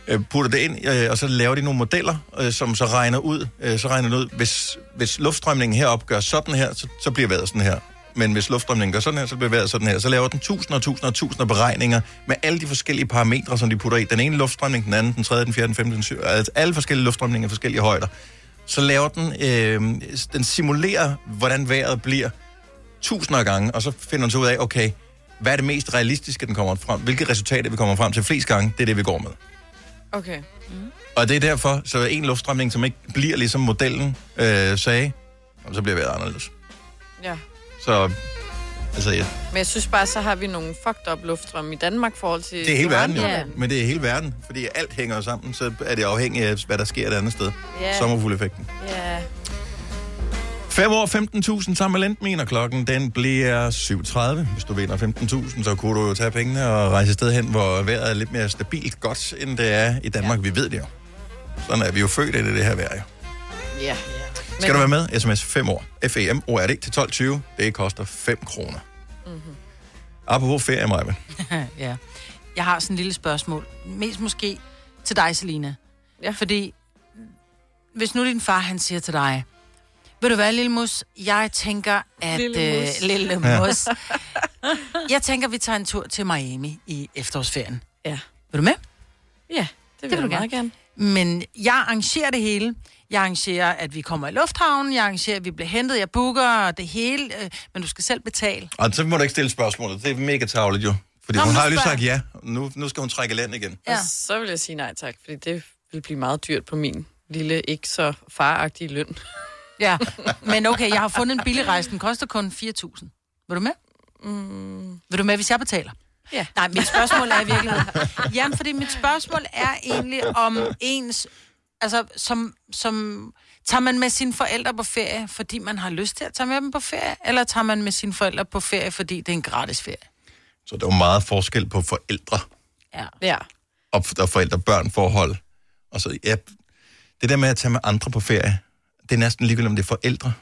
øh, putter det ind, øh, og så laver de nogle modeller, øh, som så regner ud. Øh, så regner det ud, hvis, hvis luftstrømningen herop gør sådan her, så, så bliver vejret sådan her. Men hvis luftstrømningen gør sådan her, så bliver vejret sådan her. Så laver den tusinder og tusinder og tusinder af beregninger med alle de forskellige parametre, som de putter i. Den ene luftstrømning, den anden, den tredje, den fjerde, den femte, den syvende. Altså alle forskellige luftstrømninger i forskellige højder. Så laver den, øh, den simulerer, hvordan vejret bliver tusinder af gange, og så finder den så ud af, okay, hvad er det mest realistiske, den kommer frem? Hvilke resultater vi kommer frem til flest gange, det er det, vi går med.
Okay.
Og det er derfor, så en luftstrømning, som ikke bliver ligesom modellen øh, sagde, jamen, så bliver vejret anderledes.
Ja.
Så, altså, ja,
Men jeg synes bare, så har vi nogle fucked up luftstrømme i Danmark i forhold til...
det er hele verden, jo.
Ja.
Men det er hele verden, fordi alt hænger jo sammen, så er det afhængigt af, hvad der sker et andet sted.
Ja.
Sommerfugleffekten.
ja.
5 år 15.000 sammen med Lentmin, og klokken den bliver 7.30. Hvis du vinder 15.000, så kunne du jo tage pengene og rejse et sted hen, hvor vejret er lidt mere stabilt godt, end det er i Danmark. Ja. Vi ved det jo. Sådan er vi jo født ind i det her vejr, jo.
Ja.
Skal du være med? SMS 5 år. FEM ORD E til 12.20. Det koster 5 kroner. Mm-hmm.
Mhm.
Apropos ferie, Maja.
ja. Jeg har sådan et lille spørgsmål. Mest måske til dig, Selina.
Ja.
Fordi, hvis nu din far, han siger til dig, ved du hvad, lille mus, jeg tænker, at...
Lille
øh,
mus."
lille
Ja.
mus. jeg tænker, vi tager en tur til Miami i efterårsferien.
Ja.
Vil du med?
Ja, det vil,
vil
jeg
du
meget gerne.
Men jeg arrangerer det hele. Jeg arrangerer, at vi kommer i lufthavnen. Jeg arrangerer, at vi bliver hentet. Jeg booker det hele. øh, Men du skal selv betale.
Og så må du ikke stille spørgsmålet. Det er mega tavligt jo. Fordi
Nå,
Nå, hun
men
har
nu
jo lige
spørger
sagt ja. Nu, nu skal hun trække land igen.
Ja. Og så vil jeg sige nej tak, fordi det vil blive meget dyrt på min lille, ikke så faragtige løn.
Ja, men okay, jeg har fundet en billig rejse. Den koster kun 4.000. Vil du med? Mm. Vil du med, hvis jeg betaler?
Ja.
Nej, mit spørgsmål er i virkeligheden... Jamen, fordi mit spørgsmål er egentlig om ens... Altså, som, som... Tager man med sine forældre på ferie, fordi man har lyst til at tage med dem på ferie? Eller tager man med sine forældre på ferie, fordi det er en gratis ferie?
Så der er jo meget forskel på forældre
Ja.
Ja.
og, og forældre-børn-forhold. Og så, ja, det der med at tage med andre på ferie, det er næsten ligegyldigt, om det er forældre.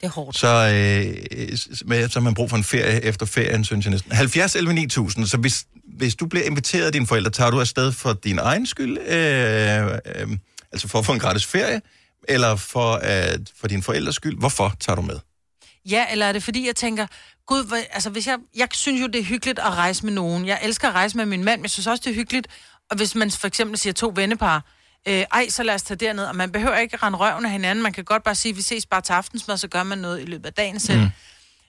Det er hårdt.
Så, øh, s- med, så har man brug for en ferie efter ferien, synes jeg næsten. 70 11 9000, så hvis, hvis du bliver inviteret af dine forældre, tager du afsted for din egen skyld, øh, øh, altså for at få en gratis ferie, eller for, øh, for dine forældres skyld, hvorfor tager du med?
Ja, eller er det fordi, jeg tænker, gud, hvor, altså hvis jeg, jeg synes jo, det er hyggeligt at rejse med nogen. Jeg elsker at rejse med min mand, men jeg synes også, det er hyggeligt. Og hvis man for eksempel siger to vennepar, øh, ej, så lad os tage derned, og man behøver ikke rende røven af hinanden. Man kan godt bare sige, vi ses bare til aftensmad, så gør man noget i løbet af dagen selv.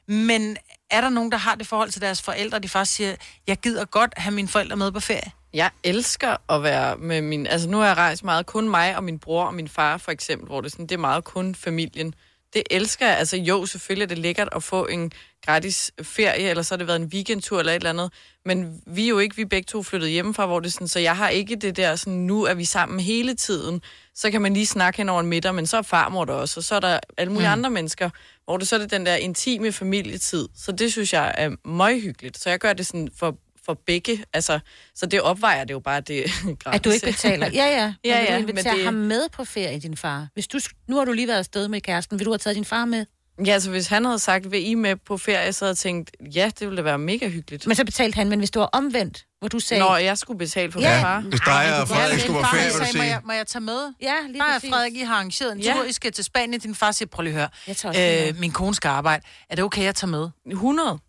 Mm. Men er der nogen, der har det forhold til deres forældre, de faktisk siger, jeg gider godt have mine forældre med på ferie?
Jeg elsker at være med min... Altså, nu har jeg rejst meget kun mig og min bror og min far, for eksempel, hvor det, er sådan, det er meget kun familien. Det elsker jeg. Altså, jo, selvfølgelig er det lækkert at få en gratis ferie, eller så har det været en weekendtur eller et eller andet. Men vi er jo ikke, vi er begge to flyttet hjemmefra, hvor det er sådan, så jeg har ikke det der sådan, nu er vi sammen hele tiden. Så kan man lige snakke hen over en middag, men så er farmor der også, og så er der alle mulige mm. andre mennesker, hvor det så er det den der intime familietid. Så det synes jeg er møghyggeligt. Så jeg gør det sådan for for begge. Altså, så det opvejer det jo bare det gratis.
At du ikke betaler. Ja, ja.
Ja,
Men vil
ja,
du
men
inviterer
det-
ham med på ferie, din far. Hvis du, sk- nu har du lige været afsted med kæresten. Vil du have taget din far med?
Ja, altså hvis han havde sagt, vil I med på ferie, så havde jeg tænkt, ja, det ville da være mega hyggeligt. Men
Men så betalte han, men hvis du var omvendt, hvor du sagde...
Når jeg skulle betale for
Ja.
min far.
Hvis dig
kunne
og
godt
Frederik
være
skulle
en
på
far,
ferie,
der
vil du
sagde, må
sige,
jeg, må jeg tage med?
Ja, lige
Nej,
præcis.
Frederik, I har arrangeret en
Ja.
tur, I skal til Spanien. Din far siger, prøv lige at høre,
Jeg tager også med.
øh, min kone skal arbejde. Er det okay, jeg tager med?
100.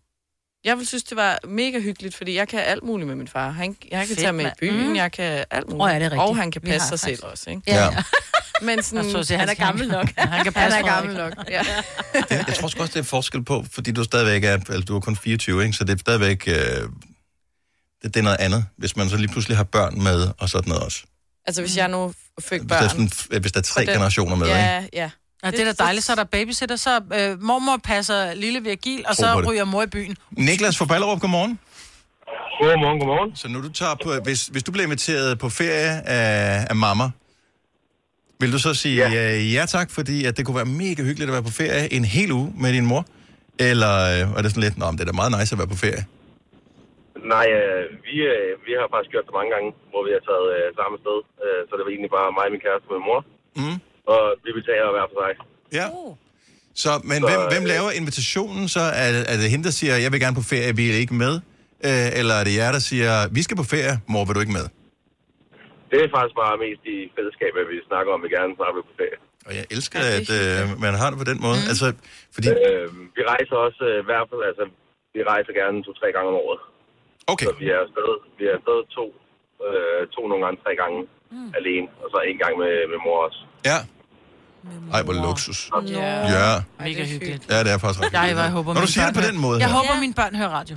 Jeg vil synes, det var mega hyggeligt, fordi jeg kan alt muligt med min far. Han, jeg kan
Fedt,
tage med i
mand.
byen, mm. jeg kan alt muligt.
Åh, ja, det er rigtigt.
og han kan
Vi
passe
har
sig
faktisk-
selv også, ikke?
Ja,
Ja.
ja.
Men sådan,
Og så siger
han,
han,
er gammel nok.
Han kan
Han
passe
er gammel
Frederik.
nok, ja.
jeg, jeg tror sgu også, det er forskel på, fordi du stadigvæk er, altså, du er kun 24, ikke? så det er stadigvæk, øh, det, det er noget andet, hvis man så lige pludselig har børn med, og sådan noget også.
Altså hvis jeg nu fik
Hvis der, er
børn.
sådan, hvis der er tre
Og den-
generationer med, ikke?
Ja, ja.
Ja, det er da dejligt. Så er der babysitter, så øh, mormor passer lille Virgil, og
Tro på
så
det.
ryger mor i byen.
Niklas fra Ballerup, godmorgen.
Godmorgen, godmorgen.
Så når du tager på, hvis, hvis du bliver inviteret på ferie af, af mamma, vil du så sige ja. Øh, ja tak, fordi at det kunne være mega hyggeligt at være på ferie en hel uge med din mor? Eller øh, er det sådan lidt, nå, men det er da meget nice at være på ferie?
Nej, øh, vi, øh, vi har faktisk gjort det mange gange, hvor vi har taget øh, samme sted. Øh, så det var egentlig bare mig og min kæreste og min mor.
Mm.
Og vi betaler hver for sig.
Ja. Så, men så, hvem,
øh,
hvem laver invitationen så? Er, er det hende, der siger, jeg vil gerne på ferie, vi er ikke med? Øh, eller er det jer, der siger, vi skal på ferie, mor, vil du ikke med?
Det er faktisk bare mest i fællesskab, at vi snakker om, at vi gerne snart vil på ferie.
Og jeg elsker, at øh, man har det på den måde. Mm. Altså, fordi...
Øh, vi rejser også øh, hver for, altså, vi rejser gerne to-tre gange om året.
Okay.
Så vi er afsted, vi er afsted to, øh, to nogle gange tre gange mm. alene, og så en gang med, med mor også.
Ja. Ej, hvor luksus.
Ja.
Ja.
Mega hyggeligt.
Ja, det er faktisk ret
Nej,
hyggeligt.
hvor jeg håber,
Når du
mine
siger det
børn
på den
hører-
måde
Jeg
her.
håber, mine børn hører radio.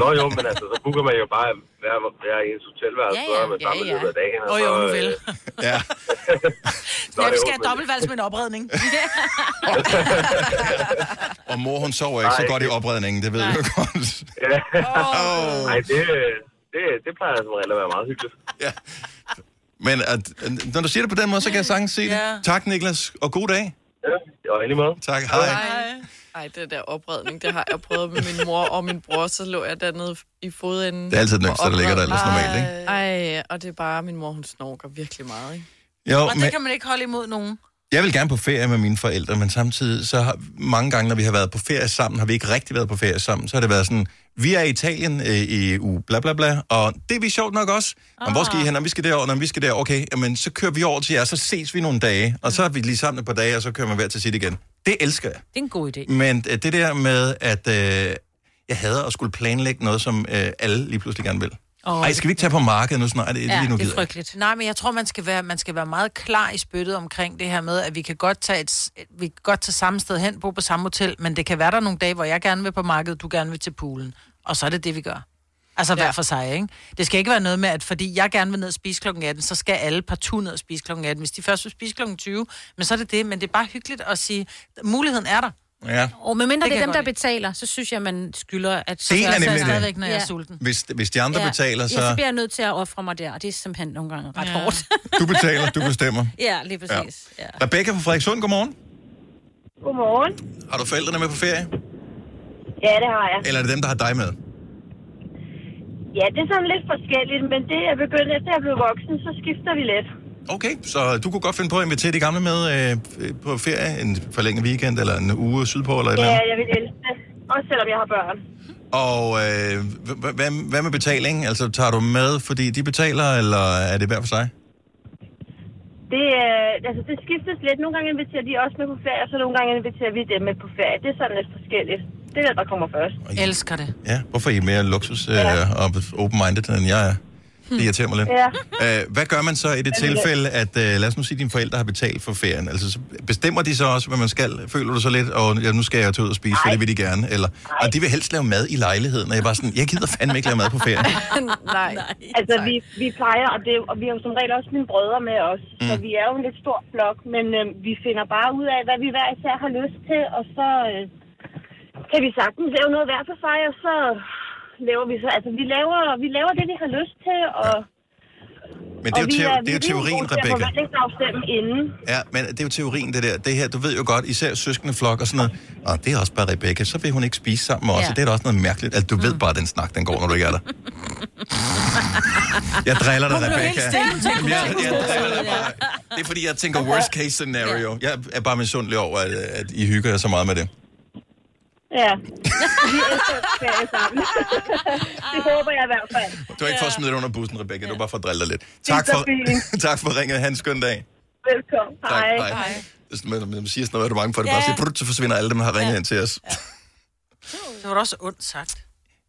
Nå jo, men altså, så booker man jo bare hver, hver ens hotelværelse,
Ja,
ja,
ja.
ja. så er man
Ja,
sammen ja,
ja.
ja. af dagen. øh,
Åh, jo, nu vel.
ja.
Nå,
Jeg
jo,
skal have
men-
dobbeltvalgs med en opredning.
Og mor, hun sover ikke så
Nej.
godt i opredningen, det ved du godt.
Ja.
Åh.
Nej, det, øh, det, det plejer som regel at være meget hyggeligt.
Men at, at, når du siger det på den måde, så kan jeg sagtens se det.
Ja.
Tak, Niklas, og god dag.
Ja, og i lige måde.
Tak, hej.
Ej, Ej, det der opredning, det har jeg prøvet med min mor og min bror, så lå jeg dernede i fodenden.
Det er altid den yngste, der ligger der ellers normalt, ikke?
ikke? Ej, og det er bare, min mor, hun snorker virkelig meget, ikke?
Jo,
Og det kan man ikke holde imod nogen.
Jeg vil gerne på ferie med mine forældre, men samtidig så har, mange gange, når vi har været på ferie sammen, har vi ikke rigtig været på ferie sammen, så har det været sådan, vi er i Italien øh, i uge bla bla bla, og det er vi sjovt nok også. Om, hvor skal
Ah.
I hen? Om vi skal derover, når vi skal der, okay, jamen, så kører vi over til jer, så ses vi nogle dage, og så er vi lige sammen et par dage, og så kører man hver til sit igen. Det elsker jeg.
Det er en god idé.
Men øh, det der med, at øh, jeg hader at skulle planlægge noget, som øh, alle lige pludselig gerne vil.
Åh,
Ej, skal vi ikke tage på markedet nu? Sådan, nej, det,
Ja,
lige nu
det er
gider jeg ikke.
frygteligt.
Nej, men jeg tror, man skal være, man skal være meget klar i spyttet omkring det her med, at vi kan godt tage, et, vi kan godt tage samme sted hen, bo på samme hotel, men det kan være, der er nogle dage, hvor jeg gerne vil på markedet, du gerne vil til poolen. Og så er det det, vi gør. Altså hver
Ja.
for sig, ikke? Det skal ikke være noget med, at fordi jeg gerne vil ned og spise kl. 18, så skal alle partout ned og spise kl. 18. Hvis de først vil spise kl. 20, men så er det det. Men det er bare hyggeligt at sige, muligheden er der.
Ja.
Og medmindre det,
Det
det
kan
er dem,
jeg
der
godt
betaler, så synes jeg, man skylder, at...
Det er
Jeg er
nemlig
altså
det.
stadigvæk, når jeg er
Ja.
sulten.
Hvis, hvis de andre ja. betaler, så...
Ja, så bliver jeg nødt til at ofre mig der, og det er simpelthen nogle gange ret
Ja.
ja. hårdt.
Du betaler, du bestemmer.
ja, lige præcis. Ja.
Rebecca fra Frederikssund, godmorgen.
Godmorgen.
Har du forældrene med på ferie?
Ja, det har jeg.
Eller er det dem, der har dig med?
Ja, det er sådan lidt forskelligt, men det er begyndt efter jeg blev voksen, så skifter vi lidt.
Okay, så du kunne godt finde på at invitere de gamle med øh, på ferie en forlænget weekend, eller en uge sydpå, eller et eller
Ja,
andet.
jeg vil elske det. Også selvom jeg har børn.
Og øh, h- h- hvad, hvad med betaling? Altså, tager du med, fordi de betaler, eller er det hver for sig?
Det, øh, altså, det skiftes lidt. Nogle gange inviterer de også med på ferie, og så nogle gange inviterer vi dem med på ferie. Det er sådan lidt forskelligt. Det er det, der kommer først.
Elsker det.
Ja, hvorfor er I mere luksus øh, og open-minded, end jeg er? Det irriterer mig lidt.
Hmm. Ja.
Øh, hvad gør man så i det tilfælde, at øh, lad os nu sige, at dine forældre har betalt for ferien? Altså, så bestemmer de så også, hvad man skal? Føler du så lidt, og ja, nu skal jeg tage ud og spise, for det vil de gerne? Eller, og de vil helst lave mad i lejligheden, og jeg er bare sådan, jeg gider fandme ikke lave mad på ferien.
Ah,
Nej.
Altså, vi, vi plejer, og, det, er jo- og vi har jo som regel også mine brødre med os, mm. så vi er jo en lidt stor flok, men øh, vi finder bare ud af, hvad vi hver især har lyst til, og så øh, kan vi sagtens lave noget hver for sig, og så laver vi så, altså vi laver, vi laver det, vi har lyst til, og,
Men det er
og
jo,
vi
teo- det er jo
vi gode
teorien,
til at
Rebecca.
forventningsafstemme inden.
Ja, men det er jo teorien, det der. Det her, du ved jo godt, især søskendeflok og sådan noget. Og det er også bare Rebecca, så vil hun ikke spise sammen med os. Ja.
Ja.
Det er da også noget mærkeligt. Altså, du ved
Mm.
bare, at den snak, den går, når du ikke er der. jeg driller dig, Rebecca. Jeg, jeg driller dig bare. Det er fordi, jeg tænker worst case scenario. Jeg er bare misundelig over, at, at I hygger jer så meget med det.
Ja. Vi elsker ferie sammen. det håber jeg i hvert fald.
Du er ikke for at smide det under bussen, Rebecca. Du er bare for at drille dig lidt. Tak
så
for,
fint.
tak for ringet. Han skøn dag.
Velkommen.
Tak,
Hej.
hej. Det er sådan, man- Man siger sådan noget, er du bange for det? Bare siger, prut, så forsvinder alle dem, der har ringet ind til os.
Det var da også ondt sagt.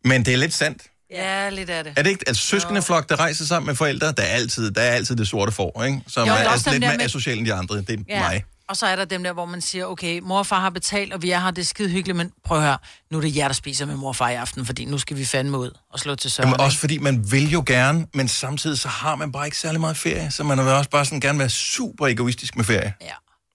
Men det er lidt sandt.
Ja, lidt af det.
Er det ikke, altså søskendeflok, der rejser sammen med forældre, der er altid, der er altid det sorte får, ikke? Som
Jo,
jo,
men
er altså
også dem
lidt
der
mere
med-
asocial end de andre. Det er ja.
Ja.
mig.
Og så er der dem der, hvor man siger, okay, mor og far har betalt, og vi er her, det er skide hyggeligt, men prøv at høre, nu er det jer, der spiser med mor og far i aften, fordi nu skal vi fandme ud og slå til søren.
Jamen, også fordi man vil jo gerne, men samtidig så har man bare ikke særlig meget ferie, så man vil også bare sådan gerne være super egoistisk med ferie.
ikke? Ja.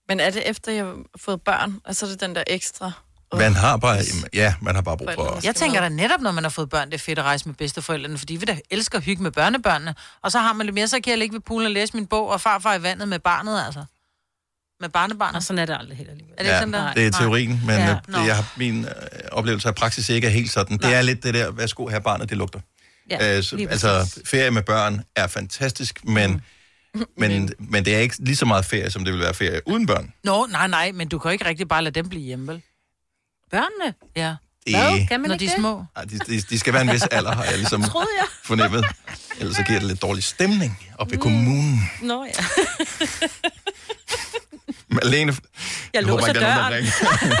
Men er det efter, jeg har fået børn, og så er det den der ekstra? øh,
Man har bare, ja, man har bare brug for...
Jeg tænker da netop, når man har fået børn, det er fedt at rejse med bedsteforældrene, fordi vi da elsker at hygge med børnebørnene. Og så har man lidt mere, så kan jeg ligge ved poolen og læse min bog, og farfar i vandet med barnet, altså. Med barnebarnet. Og
sådan er det aldrig helt alligevel.
Er det ikke sådan, der?
det er teorien, men ja,
Ja,
det,
nå.
jeg, har- min øh, oplevelse af praksis ikke er helt sådan. Det er lidt det der, værsgo her barnet, det lugter. Ja, øh, så, altså, ferie med børn er fantastisk, men, mm. men, men det er ikke lige så meget ferie, som det vil være ferie uden børn.
Nå, nej, nej, men du kan jo ikke rigtig bare lade dem blive hjemme, vel?
Børnene?
Ja.
Det- Hvad? Kan
man Når de er små.
Ej, de, de, de skal være en vis alder, har jeg ligesom
Troede jeg.
fornemmet. Ellers så giver det lidt dårlig stemning op i kommunen.
Nå ja.
Malene,
Jeg
håber
låser
ikke, der er
døren.
nogen,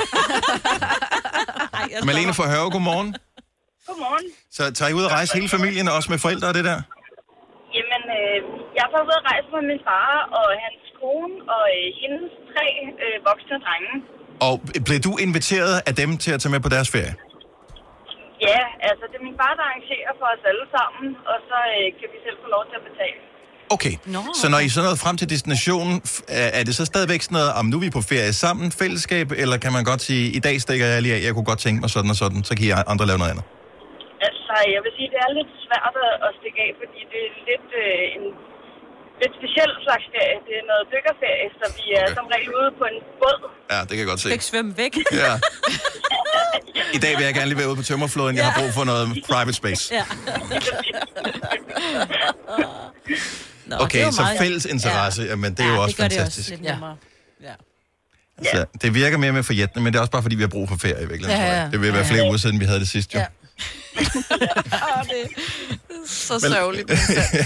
Malene fra Høve, godmorgen.
Godmorgen.
Så tager I ud og rejse hele familien, også med forældre og det der?
Jamen, øh, jeg har fået ud at rejse med min far og hans kone og øh, hendes tre øh, voksne drenge.
Og blev du inviteret af dem til at tage med på deres ferie?
Ja, altså det er min far, der arrangerer for os alle sammen, og så øh, kan vi selv få lov til at betale.
Okay, Nå, så når I så nåede frem til destinationen, f- er er det så stadigvæk sådan noget, om nu er vi på ferie sammen, fællesskab, eller kan man godt sige, i dag stikker jeg lige af, jeg kunne godt tænke mig sådan og sådan, så kan I andre lave noget andet?
Altså, jeg vil sige, det er lidt svært at- at stikke af, fordi det er lidt øh, en lidt speciel slags ferie. Det er noget dykkerferie, så vi er som regel ude på en båd.
Ja, det kan jeg godt se.
Ikke svømme væk.
Ja. I dag vil jeg gerne lige være ude på tømmerflåden, jeg har brug for noget private space.
Ja. Nå, det er
Okay,
jo
så
meget-
fælles interesse, ja. men det er jo også
det gør
fantastisk.
Det også lidt nemmere.
Altså, det virker mere med forjættende, men det er også bare, fordi vi har brug for ferie i virkeligheden.
Ja,
tror jeg.
ja.
Det vil være
Ja.
flere uger siden, vi havde det sidst jo.
Åh, det er så
Mal-
sørgeligt.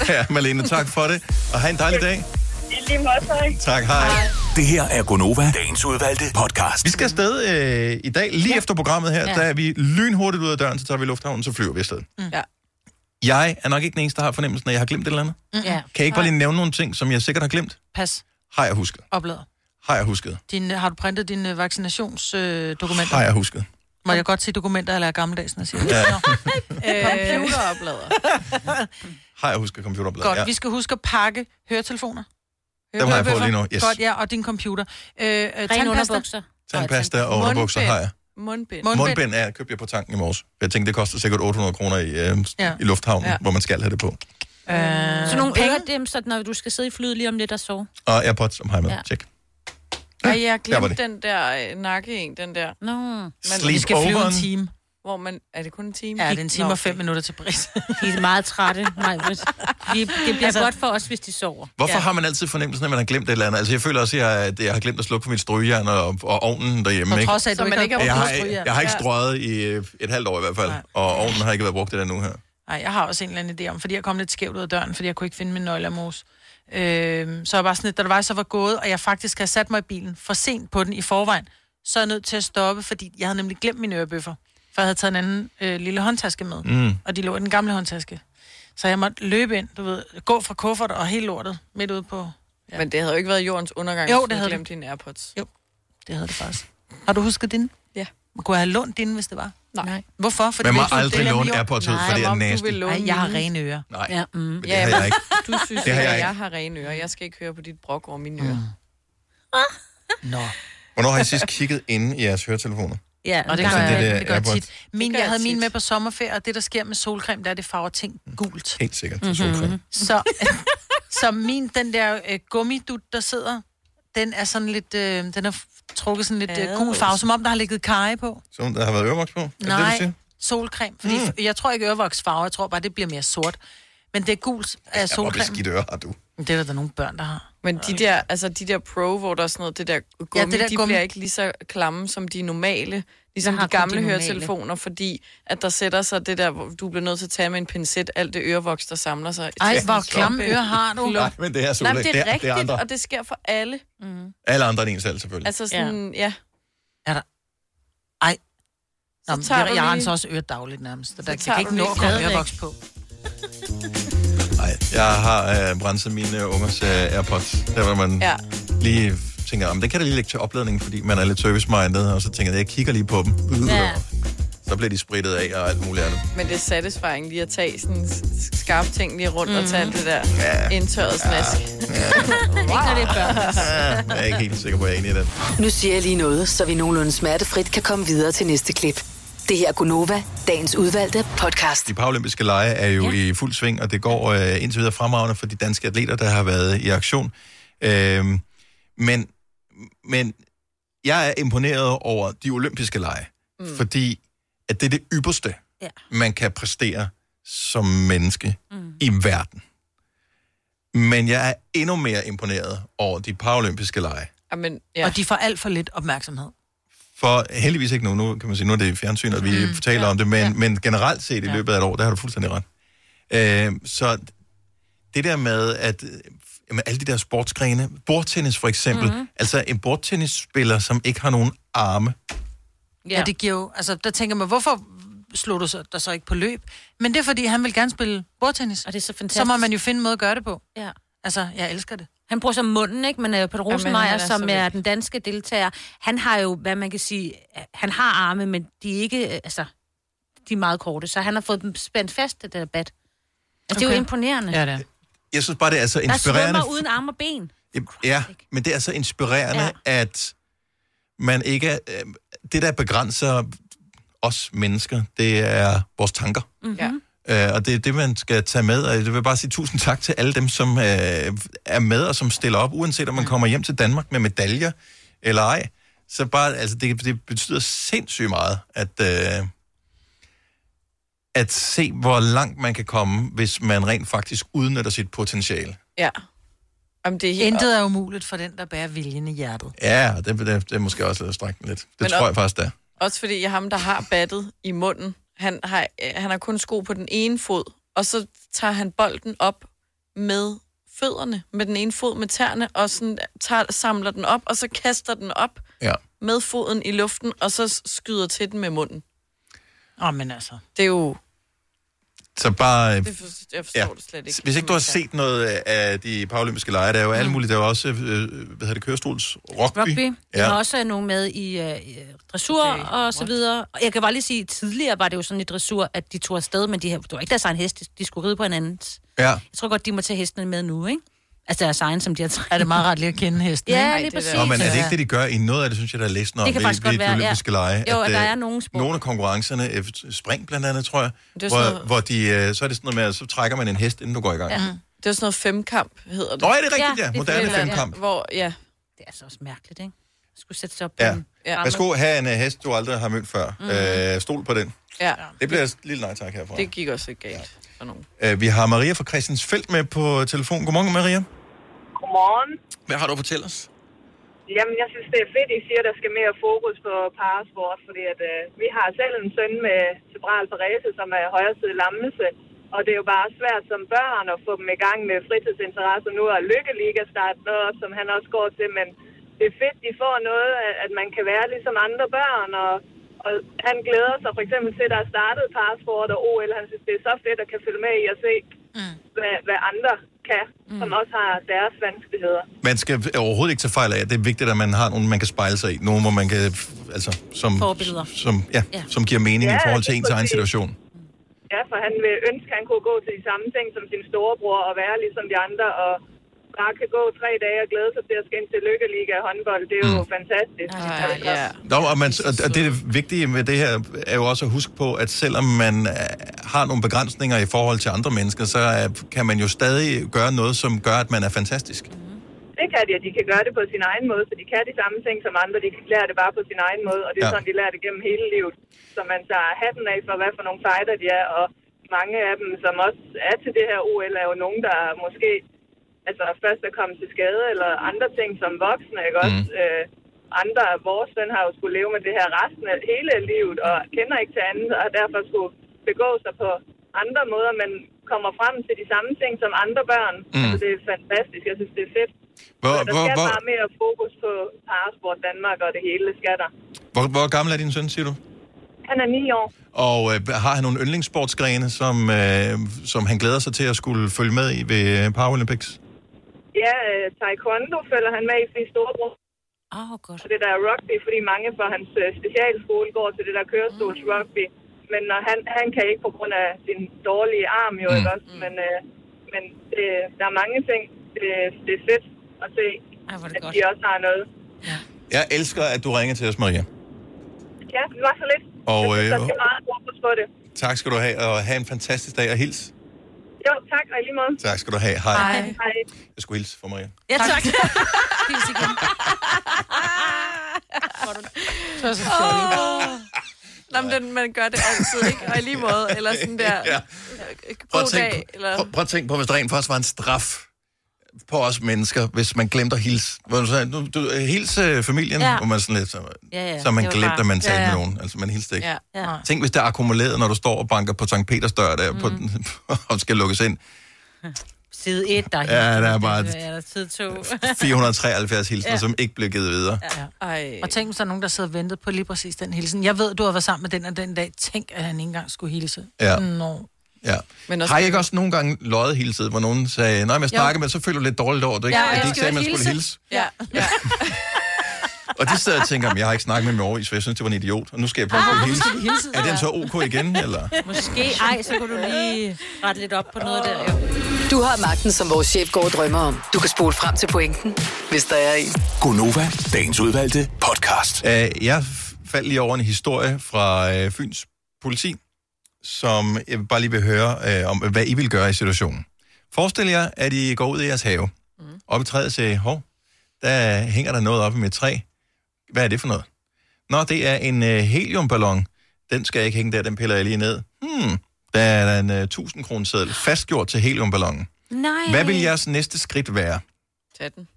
ja, Malene, tak for det, og have en dejlig dag.
I lige måde, så, ikke?
Tak, hej.
Det her er Gonova, dagens udvalgte podcast.
Vi skal afsted øh, i dag, lige ja. efter programmet her, ja. Mm.
Ja.
der er vi lynhurtigt ud af døren, så tager vi lufthavnen, så flyver vi afsted.
Ja.
Jeg er nok ikke den eneste, der har fornemmelsen, at jeg har glemt et eller andet.
Ja.
Kan jeg ikke bare lige nævne nogle ting, som jeg sikkert har glemt?
Pas.
Har jeg husket?
Oplader.
Har jeg husket?
Din, har du printet dine vaccinationsdokumenter?
Har jeg husket?
Må jeg godt se dokumenter, eller er gammeldags, når jeg siger det?
Ja.
Computeroplader.
Har jeg husket computerbladet?
Godt, vi skal huske at pakke høretelefoner.
Dem har jeg fået lige nu, yes.
Godt, ja, og din computer. Øh, øh, tandpasta.
underbukser.
Tandpasta og underbukser har jeg.
Mundbind.
Mundbind, Mundbind ja, købte jeg på tanken i morges. Jeg tænkte, det koster sikkert 800 kroner i, øh, ja.
Ja.
i lufthavnen, ja.
Ja.
hvor man skal have det på.
Øh,
Så nogle øredæmser, når du skal sidde i flyet lige om lidt og sove.
Og AirPods, som har jeg med. Ja.
Ja.
Tjek.
Ej, jeg
Der var
glemte
det.
den der øh, nakke en, den der.
Nå. Man,
Sleep Vi skal flyve en overen.
time.
Hvor man, er det kun en time?
Ja, det er en time
Nå,
og fem minutter til pris.
De er meget trætte, Majbrit. De, det bliver altså, godt for os, hvis de sover.
Hvorfor ja. har man altid fornemmelsen, at man har glemt et eller andet? Altså, jeg føler også, at jeg, at jeg har glemt at slukke for mit strygejern og, og ovnen derhjemme.
På
ikke?
trods af, at du Så man ikke har ikke
jeg
har
har,
brugt strygejern.
jeg har ikke
Ja.
strøget i øh, et halvt år i hvert fald, Nej. og ovnen har ikke været brugt det der nu her.
Nej, jeg har også en eller anden idé om, fordi jeg kom lidt skævt ud af døren, fordi jeg kunne ikke finde min nøgle af mos. Øhm, så jeg bare sådan lidt, da det var, så var gået, og jeg faktisk har sat mig i bilen for sent på den i forvejen, så er jeg nødt til at stoppe, fordi jeg havde nemlig glemt mine ørebøffer, for jeg havde taget en anden øh, lille håndtaske med,
Mm.
og de lå i den gamle håndtaske. Så jeg måtte løbe ind, du ved, gå fra kuffert og helt lortet midt ude på... Ja.
Men det havde jo ikke været jordens undergang,
Jo,
hvis du
det havde
glemt
det.
dine AirPods.
Jo, det havde det faktisk. Har du husket din?
Ja.
Kunne jeg have lånt din, hvis det var?
Nej. Nej.
Hvorfor?
Man må
hvis du
aldrig
deler
låne
med jord-
AirPods ud,
Nej.
for det er
Som om du
nasty.
vil låne
Ej,
jeg har
mine.
rene ører.
Nej.
Ja, mm.
Men det har jeg ikke.
Du synes,
Det har
at
jeg ikke. Mm.
jeg har rene ører. Jeg skal ikke høre på dit brok over mine ører.
Nå. Hvornår har I sidst kigget inde i jeres høretelefoner?
Ja,
og det
Sådan
gør
det
jeg,
der
det, det gør jeg
Airpods.
tit. Min, jeg havde min med på sommerferie, og det, der sker med solcreme, der er det farver ting gult.
Helt sikkert.
Mhm.
Mm-hmm. Solcreme.
Mm.
Så, så min, den der øh, gummidut, der sidder, den er sådan lidt, øh, den er f- trukket sådan lidt øh, gul farve, som om der har ligget karry på.
Som der har været ørevoks på? Er det det, du siger? Mm.
Nej, solcreme. Fordi f- jeg tror ikke ørevoksfarve, jeg tror bare, det bliver mere sort. Men det er gult af
Ja, hvor
solcreme.
beskidt øre har du.
Men Det er der da nogle børn, der har.
Men de der, altså de der pro, hvor der er sådan noget, det der gummi, ja, det der de gummi. bliver ikke lige så klamme som de normale, ligesom
Jeg har
de
kun
gamle
de
de
normale.
høretelefoner, fordi at der sætter sig det der, hvor du bliver nødt til at tage med en pincet, alt det ørevoks, der samler sig.
Ej,
til-
hvor klamme ører har du?
Nej, men det er så
Nej, men
ulækkert.
det er
Det er-
rigtigt,
det er andre.
og det sker for alle. Mm.
Alle andre end en selv, selvfølgelig.
Altså sådan, ja. ja.
Ej. Nå, men
tager
jeg,
du
jeg
lige-
renser også øret dagligt nærmest. Der, der
tager
kan ikke
du
nå
lige
at komme
stadigvæk.
ørevoks på.
Nej, jeg har øh, brændt mine øh, ungers øh, AirPods. Der var man ja.
Ja.
lige tænker, om det kan da lige lægge til opladningen, fordi man er lidt service-minded, og så tænker jeg, jeg kigger lige på dem. Ja.
Ja.
Så der bliver de spritet af og alt muligt andet.
Men det er satisfying lige at tage sådan s- skarpe ting lige rundt mm. og tage alt det der
Ja.
indtørret snask.
Ikke når det er børn.
Ah, jeg er ikke helt sikker på, at jeg er enig i den.
Nu siger jeg lige noget, så vi nogenlunde smertefrit kan komme videre til næste klip. Det her er Gunova, dagens udvalgte podcast.
De paralympiske lege er jo ja. i fuld sving, og det går øh, indtil videre fremragende for de danske atleter, der har været i aktion. Øhm, men, men jeg er imponeret over de olympiske lege, mm. fordi at det er det ypperste,
Ja.
man kan præstere som menneske mm. i verden. Men jeg er endnu mere imponeret over de paralympiske lege.
Jamen,
ja. Og de får alt for lidt opmærksomhed.
For heldigvis ikke nu, nu kan man sige, nu er det i fjernsyn, og vi mm, taler ja, om det, men, ja. men generelt set i løbet af et år, der har du fuldstændig ret. Øh, så det der med, at øh, jamen, alle de der sportsgrene, bordtennis for eksempel, mm-hmm. altså en bordtennisspiller, som ikke har nogen arme,
Ja. ja, det giver jo... Altså, der tænker man, hvorfor slog du så, dig så ikke på løb? Men det er, fordi han vil gerne spille bordtennis. Og
det er så fantastisk.
Så må man jo finde en måde at gøre det på.
Ja.
Altså, jeg elsker det.
Han bruger så munden, ikke? Men uh, Peter
han
Rosenmeier,
er
ja,
så
som er
vild.
den danske deltager, han har jo, hvad man kan sige, øh, han har arme, men de er ikke, øh, altså, de er meget korte, så han har fået dem spændt fast, det der bat. Altså, det er jo
Okay.
imponerende. Ja, det er.
jeg synes bare, det er så
Der
inspirerende.
svømmer uden arme og ben.
Ja, men det er så inspirerende, ja. at man ikke... er- øh, Det, der begrænser os mennesker, det er vores tanker.
Mm-hmm. Ja.
Øh, og det er det, man skal tage med. Og jeg vil bare sige tusind tak til alle dem, som øh, er med og som stiller op, uanset om man kommer hjem til Danmark med medaljer eller ej. Så bare, altså, det, det betyder sindssygt meget, at, øh, at se, hvor langt man kan komme, hvis man rent faktisk udnytter sit potentiale.
Ja. Jamen, det er helt...
Intet er umuligt for den, der bærer viljen i hjertet.
Ja, det, det, det er måske også lidt at strække den lidt. Det
Men
Men tror
op-
jeg faktisk, det er.
Også fordi jeg ham, der har battet i munden, han har, øh, han har kun sko på den ene fod, og så tager han bolden op med fødderne, med den ene fod, med tæerne, og sådan øh, tager, samler den op, og så kaster den op
Ja.
med foden i luften, og så s- skyder til den med munden.
Åh, oh, men altså.
Det er jo...
Så bare... øh,
Det forstår, jeg forstår det slet ikke.
Hvis ikke du har set noget øh, af de paralympiske lege, der er jo mm. alle mulige. Der er jo også, øh, hvad hedder det, kørestols rugby.
Rugby. Ja. har
Ja.
også nogen med i øh, i, øh, dressur okay, og så videre. Og jeg kan bare lige sige, at tidligere var det jo sådan i dressur, at de tog afsted, men de, her- det var ikke deres egen hest, de skulle ride på hinandens.
ja.
Jeg tror godt, de må tage hestene med nu, ikke? Altså deres egen, som de har trænet.
Er det meget rart lige at kende hesten?
Ja,
ikke?
lige præcis.
Nå, men er det ikke det, de gør i noget af det, synes jeg, der er læst noget
Det
om
kan
ved,
faktisk
ved
godt være,
de
ja.
olympiske lege.
Jo, at der
øh,
er nogle sport.
Nogle af konkurrencerne, øh, spring blandt andet, tror jeg,
Det er
hvor,
sådan noget-
hvor de, øh, så er det sådan noget med, at så trækker man en hest, inden du går i gang. Ja.
Det var sådan noget femkamp, hedder det.
Nå, er det rigtigt,
Ja,
ja.
det er
Moderne
Eller-
femkamp.
Hvor, ja.
Det er altså også mærkeligt, ikke? At skulle sætte sig op på
Ja.
en
Ja.
Værsgo, have en øh, hest, du aldrig har mødt før. Mm. Øh, stol på den.
ja.
Det bliver et lille nej tak herfra.
Det gik også ikke galt for nogen.
Øh, vi har Maria fra Christiansfeldt med på telefon. Godmorgen, Maria.
Godmorgen.
Hvad har du at fortælle os?
Jamen, jeg synes, det er fedt, I siger, at der skal mere fokus på parasport, fordi at, øh, vi har selv en søn med cerebral parese, som er højresidig lammelse, og det er jo bare svært som børn at få dem i gang med fritidsinteresser nu, og lykkeliga starte noget, op, som han også går til, men det er fedt, de får noget, at- at man kan være ligesom andre børn, og, og han glæder sig for eksempel til, at der er startet parasport og OL, han synes, det er så fedt at kan følge med i at se, mm. hvad, hvad andre kan, mm. som også har deres vanskeligheder.
Man skal overhovedet ikke tage fejl af, at det er vigtigt, at man har nogen, man kan spejle sig i. Nogen, hvor man kan, f- altså, som,
forbilleder.
som, ja,
Ja.
ja. som giver mening ja,
Ja,
i forhold til
lige
ens egen
præcis.
situation.
Ja, for han vil ønske, at han kunne gå til de samme ting som sin storebror og være ligesom de andre, og bare kan gå tre dage og glæde sig til at skal ind til Lykkeliga håndbold. Det er jo mm. fantastisk.
Ej, ja.
Nå, og, man, og og det vigtige med det her er jo også at huske på, at selvom man øh, har nogle begrænsninger i forhold til andre mennesker, så øh, kan man jo stadig gøre noget, som gør, at man er fantastisk.
Det kan de, og de kan gøre det på sin egen måde, så de kan de samme ting som andre. De kan lære det bare på sin egen måde, og det er
Ja.
ja. sådan, de lærer det gennem hele livet. Så man tager hatten af for, hvad for nogle fighter de er, og mange af dem, som også er til det her OL, er jo nogen, der måske altså, først er kommet til skade, eller andre ting som voksne, ikke også? Mm. Øh, andre af vores søn har jo skulle leve med det her resten af hele livet, og kender ikke til andet, og har derfor skulle begå sig på andre måder, men kommer frem til de samme ting som andre børn. Mm.
Mm.
Altså, det er fantastisk. Jeg synes, det er fedt.
Hvor,
Så der
hvor,
skal
hvor,
bare mere fokus på parasport Danmark og det hele, skal der.
hvor, hvor gammel er din søn, siger du?
Han er 9 år.
Og øh, har han nogle yndlingssportsgrene, som, øh, som han glæder sig til at skulle følge med i ved øh, Paralympics?
Ja, øh, taekwondo følger han med i, fordi storebror
Åh, oh, godt.
Mm.
og det der rugby, fordi mange fra hans øh, specialskole går til det der kørestols rugby. men når han, han kan ikke på grund af sin dårlige arm jo
Mm.
mm. ikke også, men, øh, men det, der er mange ting, det, det er fedt at se, Ej, det at de også har noget.
Jeg elsker, at du ringer til os, Maria.
Ja, det var så lidt.
Og
Jeg synes,
øh,
der skal meget fokus på det.
tak skal du have, og have en fantastisk dag, og hils.
Jo, tak, og i lige måde.
Tak skal du have. Hej. Hej.
Hej.
Jeg skulle hilse for Maria.
Ja, tak.
Hils igen.
Det var så Nå, men den, man gør det altid, ikke? Og i lige måde, eller sådan der... øh,
Ja. Prøv at
God
tænke-
dag, eller...
Prøv, prøv at tænke på, hvis der rent faktisk var en straf på os mennesker, hvis man glemte at hilse. Hvor man sagde, nu, du, hils øh, familien,
Ja.
ja. hvor man sådan lidt, så,
Ja, ja,
så man
det var
glemte,
bare-
at man talte
Ja, ja.
med nogen. Altså, man hilste ikke.
Ja. ja.
Tænk, hvis det er akkumuleret, når du står og banker på Sankt Peters dør, der
Mhm.
mm. på, den- og skal lukkes ind.
Side 1, der er
Ja,
helt-
der er bare-
Ja, der er tid 2.
473 hilsner,
Ja.
ja. som ikke blev givet videre.
Ja.
Ej.
Og tænk, hvis der er nogen, der sidder og venter på lige præcis den hilsen. Jeg ved, du har været sammen med den og den dag. Tænk, at han ikke engang skulle hilse.
Ja.
Mm.
Nå.
Ja.
Men
Men
også-
også, har I ikke også nogle gange løjet hele tiden, hvor nogen sagde, nej, men jeg
Jo.
snakker, men så føler du lidt dårligt over, at du ikke, at de ikke sagde, at man skulle hilse.
Ja.
Og de sidder og tænker, "Men jeg har ikke snakket med dem i overvis, for jeg synes, det var en idiot, og nu skal jeg prøve
Ah,
at
nu
hilse.
skal de hilse,
Er den
ja.
så ok igen, eller?
Måske, ej, så kunne du lige rette lidt op på noget der. Jo.
Du har magten, som vores chef går og drømmer om. Du kan spole frem til pointen, hvis der er en.
Gonova, dagens udvalgte podcast.
Uh, jeg f- faldt lige over en historie fra uh, Fyns politi, som jeg bare lige vil høre uh, om, hvad I vil gøre i situationen. Forestil jer, at I går ud i jeres have, mm. op i træet og siger, hov, der hænger der noget op i mit træ. Hvad er det for noget? Nå, det er en uh, heliumballon. Den skal jeg ikke hænge der, den piller jeg lige ned. Hmm, der er der en uh, 1000 kroner seddel fastgjort til heliumballonen.
Nej.
Hvad vil jeres næste skridt være?
Tag den.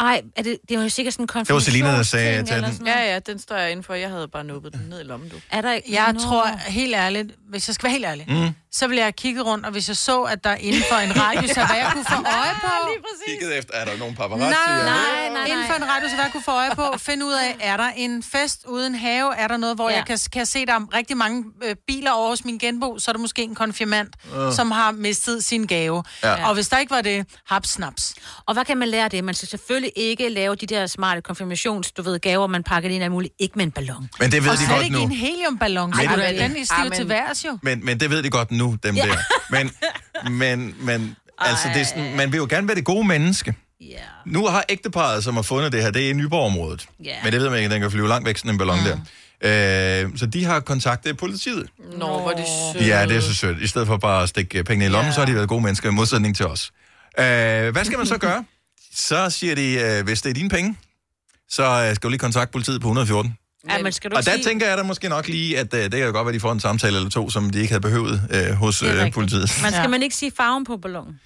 Ej, er det, det var jo sikkert sådan en
Det var Selina, der sagde,
Ting
tag
eller
den.
sådan noget. Ja, ja, den står jeg indenfor. Jeg havde bare nuppet den ned i lommen, du.
Er der ikke
Jeg tror helt ærligt, hvis jeg skal være helt ærlig,
Mm.
så ville jeg kigge rundt, og hvis jeg så, at der inden for en radius af, hvad jeg kunne få øje på,
Kigget efter, er der nogen
Nej,
paparazzi?
nej, nej, nej. Inden for en radius, hvad jeg kunne få øje på, finde ud af, er der en fest uden have? Er der noget, hvor
Ja.
ja. jeg kan, kan se, der er rigtig mange øh, biler over hos min genbo? Så er der måske en konfirmand,
Øh.
uh. som har mistet sin gave.
Ja.
Ja. Og hvis der ikke var det, hap snaps.
Og hvad kan man lære af det? Man skal selvfølgelig ikke lave de der smarte konfirmations, du ved, gaver, man pakker det ind af muligt. Ikke med en ballon.
Men det ved
og
de
slet
godt
ikke
nu.
en heliumballon.
Men-
Ej,
Ej,
men,
men-
den er stiv
Ej, men-
til værs jo.
Men, men det ved de godt nu, dem
Ja.
ja. der. Men, men, men altså, det er sådan, man vil jo gerne være det gode menneske.
Ja.
Nu har ægteparret, som har fundet det her, det er i Nyborg-området.
Ja.
Men det ved man ikke, den kan flyve langt væk, sådan en ballon mm. der. Øh, så de har kontaktet politiet.
Nå, hvor er det sødt.
Ja, det er så sødt. I stedet for bare at stikke øh, pengene i lommen, ja. så har de været gode mennesker i modsætning til os. Øh, hvad skal man så gøre? Så siger de, øh, hvis det er dine penge, så øh, skal du lige kontakte politiet på 114.
Ja, men skal du
Og
ikke
der
sige...
tænker jeg da måske nok lige, at øh, det kan jo godt være, at de får en samtale eller to, som de ikke havde behøvet øh, hos
Det er
øh,
rigtigt.
politiet.
Man skal ja. man ikke sige farven på ballonen.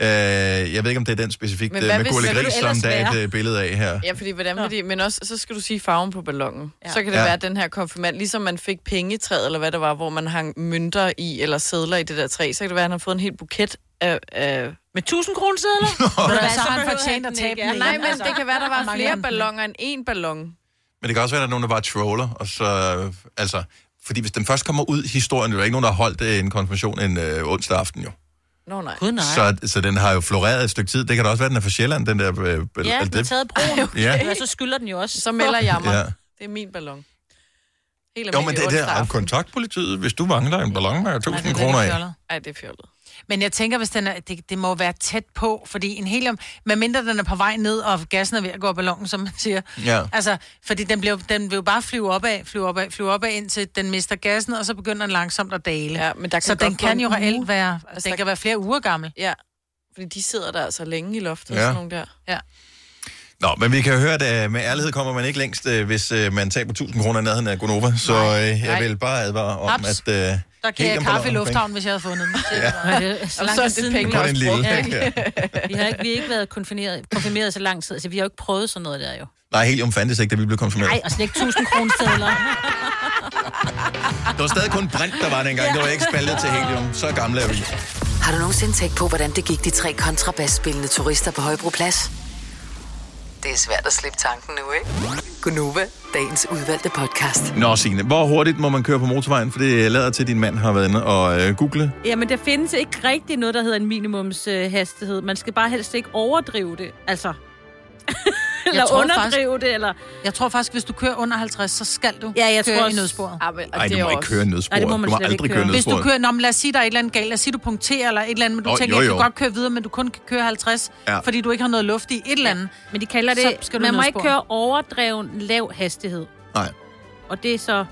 Øh, jeg ved ikke, om det er den specifikt
Men
øh,
hvad
med
hvis-
Gurle
hvad vil
Gris,
du
som
ellers
der er et
være?
øh, billede af her.
Ja, fordi hvordan vil de... Men også, så skal du sige farven på ballonen. Ja. Så kan det
Ja.
være, at den her konfirmand, ligesom man fik pengetræet, eller hvad det var, hvor man hang mønter i, eller sædler i det der træ, så kan det være, at han har fået en hel buket af... af
Med 1000 kroner sædler?
Hvad, så har han fortjent at tabe den
Nej,
igen,
men
altså.
det kan være, der var
Mangler
flere
han den?
ballonger end én ballon.
Men det kan også være, at der er nogen, der bare troller. Og så, øh, altså, fordi hvis den først kommer ud i historien, er der ikke nogen, der har holdt øh, en konfirmation en øh, onsdag aften jo.
Nå nej.
Gud, nej.
Så, så den har jo floreret et stykke tid. Det kan da også være, at den er fra Sjælland, den der... Øh, bel-
Ja,
det,
den er taget broen.
okay.
Ja.
Ja.
ja. så skylder den jo også.
Så melder jeg mig.
Ja.
Det er min ballon. Helt
jo, men det, det er kontaktpolitiet, hvis du mangler en ballon med 1000 kroner af.
Ej, det er fjollet.
Men jeg tænker, hvis den er, det, det, må være tæt på, fordi en helium, medmindre den er på vej ned, og gassen er ved at gå op ballongen, som man siger.
Ja.
Altså, fordi den, bliver, den vil jo bare flyve opad, flyve opad, flyve opad, indtil den mister gassen, og så begynder den langsomt at dale.
Ja, men der kan
så
godt
den
gå en
kan jo
uge.
reelt være,
Altså,
altså, den
der-
kan være flere uger gammel.
Ja, fordi de sidder der så længe i loftet, ja.
Ja.
sådan nogle der.
Ja.
Nå, men vi kan jo høre, at øh, med ærlighed kommer man ikke længst, øh, hvis øh, man taber 1000 kroner i nærheden af Gonova. Så øh, jeg
Nej.
vil bare advare om,
Haps.
at... Øh,
Der kan jeg
heliumballoner-
kaffe i lufthavnen, hvis jeg havde fundet den.
Ja.
Og så er det penge
Kun en lille, ikke?
Ja. Vi har ikke, vi har ikke været konfirmeret, konfirmeret så lang tid, så vi har jo ikke prøvet sådan noget der jo.
Nej, helium fandtes ikke, da vi blev konfirmeret.
Nej, og slet ikke 1000 kroner sædler.
Det var stadig kun brint, der var dengang. Det var ikke spaldet til helium. Så gamle er vi.
Har du nogensinde tænkt på, hvordan det gik de tre kontrabasspillende turister på Højbroplads? Det er svært at slippe tanken nu, ikke? Gunova, dagens udvalgte podcast.
Nå, Signe, hvor hurtigt må man køre på motorvejen? For det lader til, at din mand har været inde og øh, google.
Jamen, der findes ikke rigtig noget, der hedder en minimumshastighed. Øh, hastighed. Man skal bare helst ikke overdrive det. Altså, eller
tror
underdrive det, eller...
Jeg tror faktisk, hvis du kører under 50, så skal du
Ja, jeg
køre
tror
i
også-
nødsporet.
Ej, men,
Ej, du må ikke køre i nødsporet.
det må man
du må
slet ikke
aldrig
køre.
køre i
Hvis du
nødsporet.
kører, nå, men lad os sige, der er et eller andet galt, lad os sige, du punkterer eller et eller andet, men du
Nå,
tænker,
jo,
jo, jo. jeg
jo.
kan godt køre videre, men du kun kan køre 50,
Ja.
ja. fordi du ikke har noget luft i et eller andet.
Men de kalder det,
Så skal du
man
ned
må
ad
ikke
sporet.
køre overdreven lav hastighed.
Nej.
Og det er så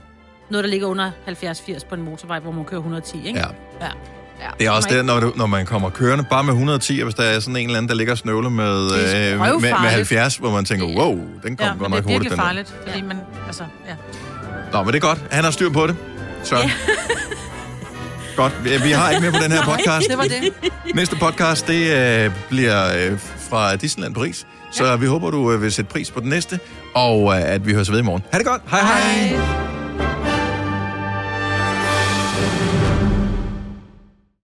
noget, der ligger under 70-80 på en motorvej, hvor man kører 110, ikke?
Ja.
ja. ja.
Det er også
Må
det, når, du, når man kommer kørende bare med 110, og hvis der er sådan en eller anden, der ligger og snøvler med, øh, med, med
røvfarligt.
70, hvor man tænker, wow, den kom
Ja,
ja, godt
men det
nok
er
hurtigt,
virkelig
den der.
farligt, fordi man, altså, ja.
Nå, men det er godt. Han har styr på det. Så. godt. Vi- Vi har ikke mere på den her
Nej,
podcast.
det var det.
Næste podcast, det øh, bliver øh, fra Disneyland Paris. Så vi håber, du øh, vil sætte pris på den næste, og øh, at vi høres ved i morgen. Ha' det godt. Hej hej. hej.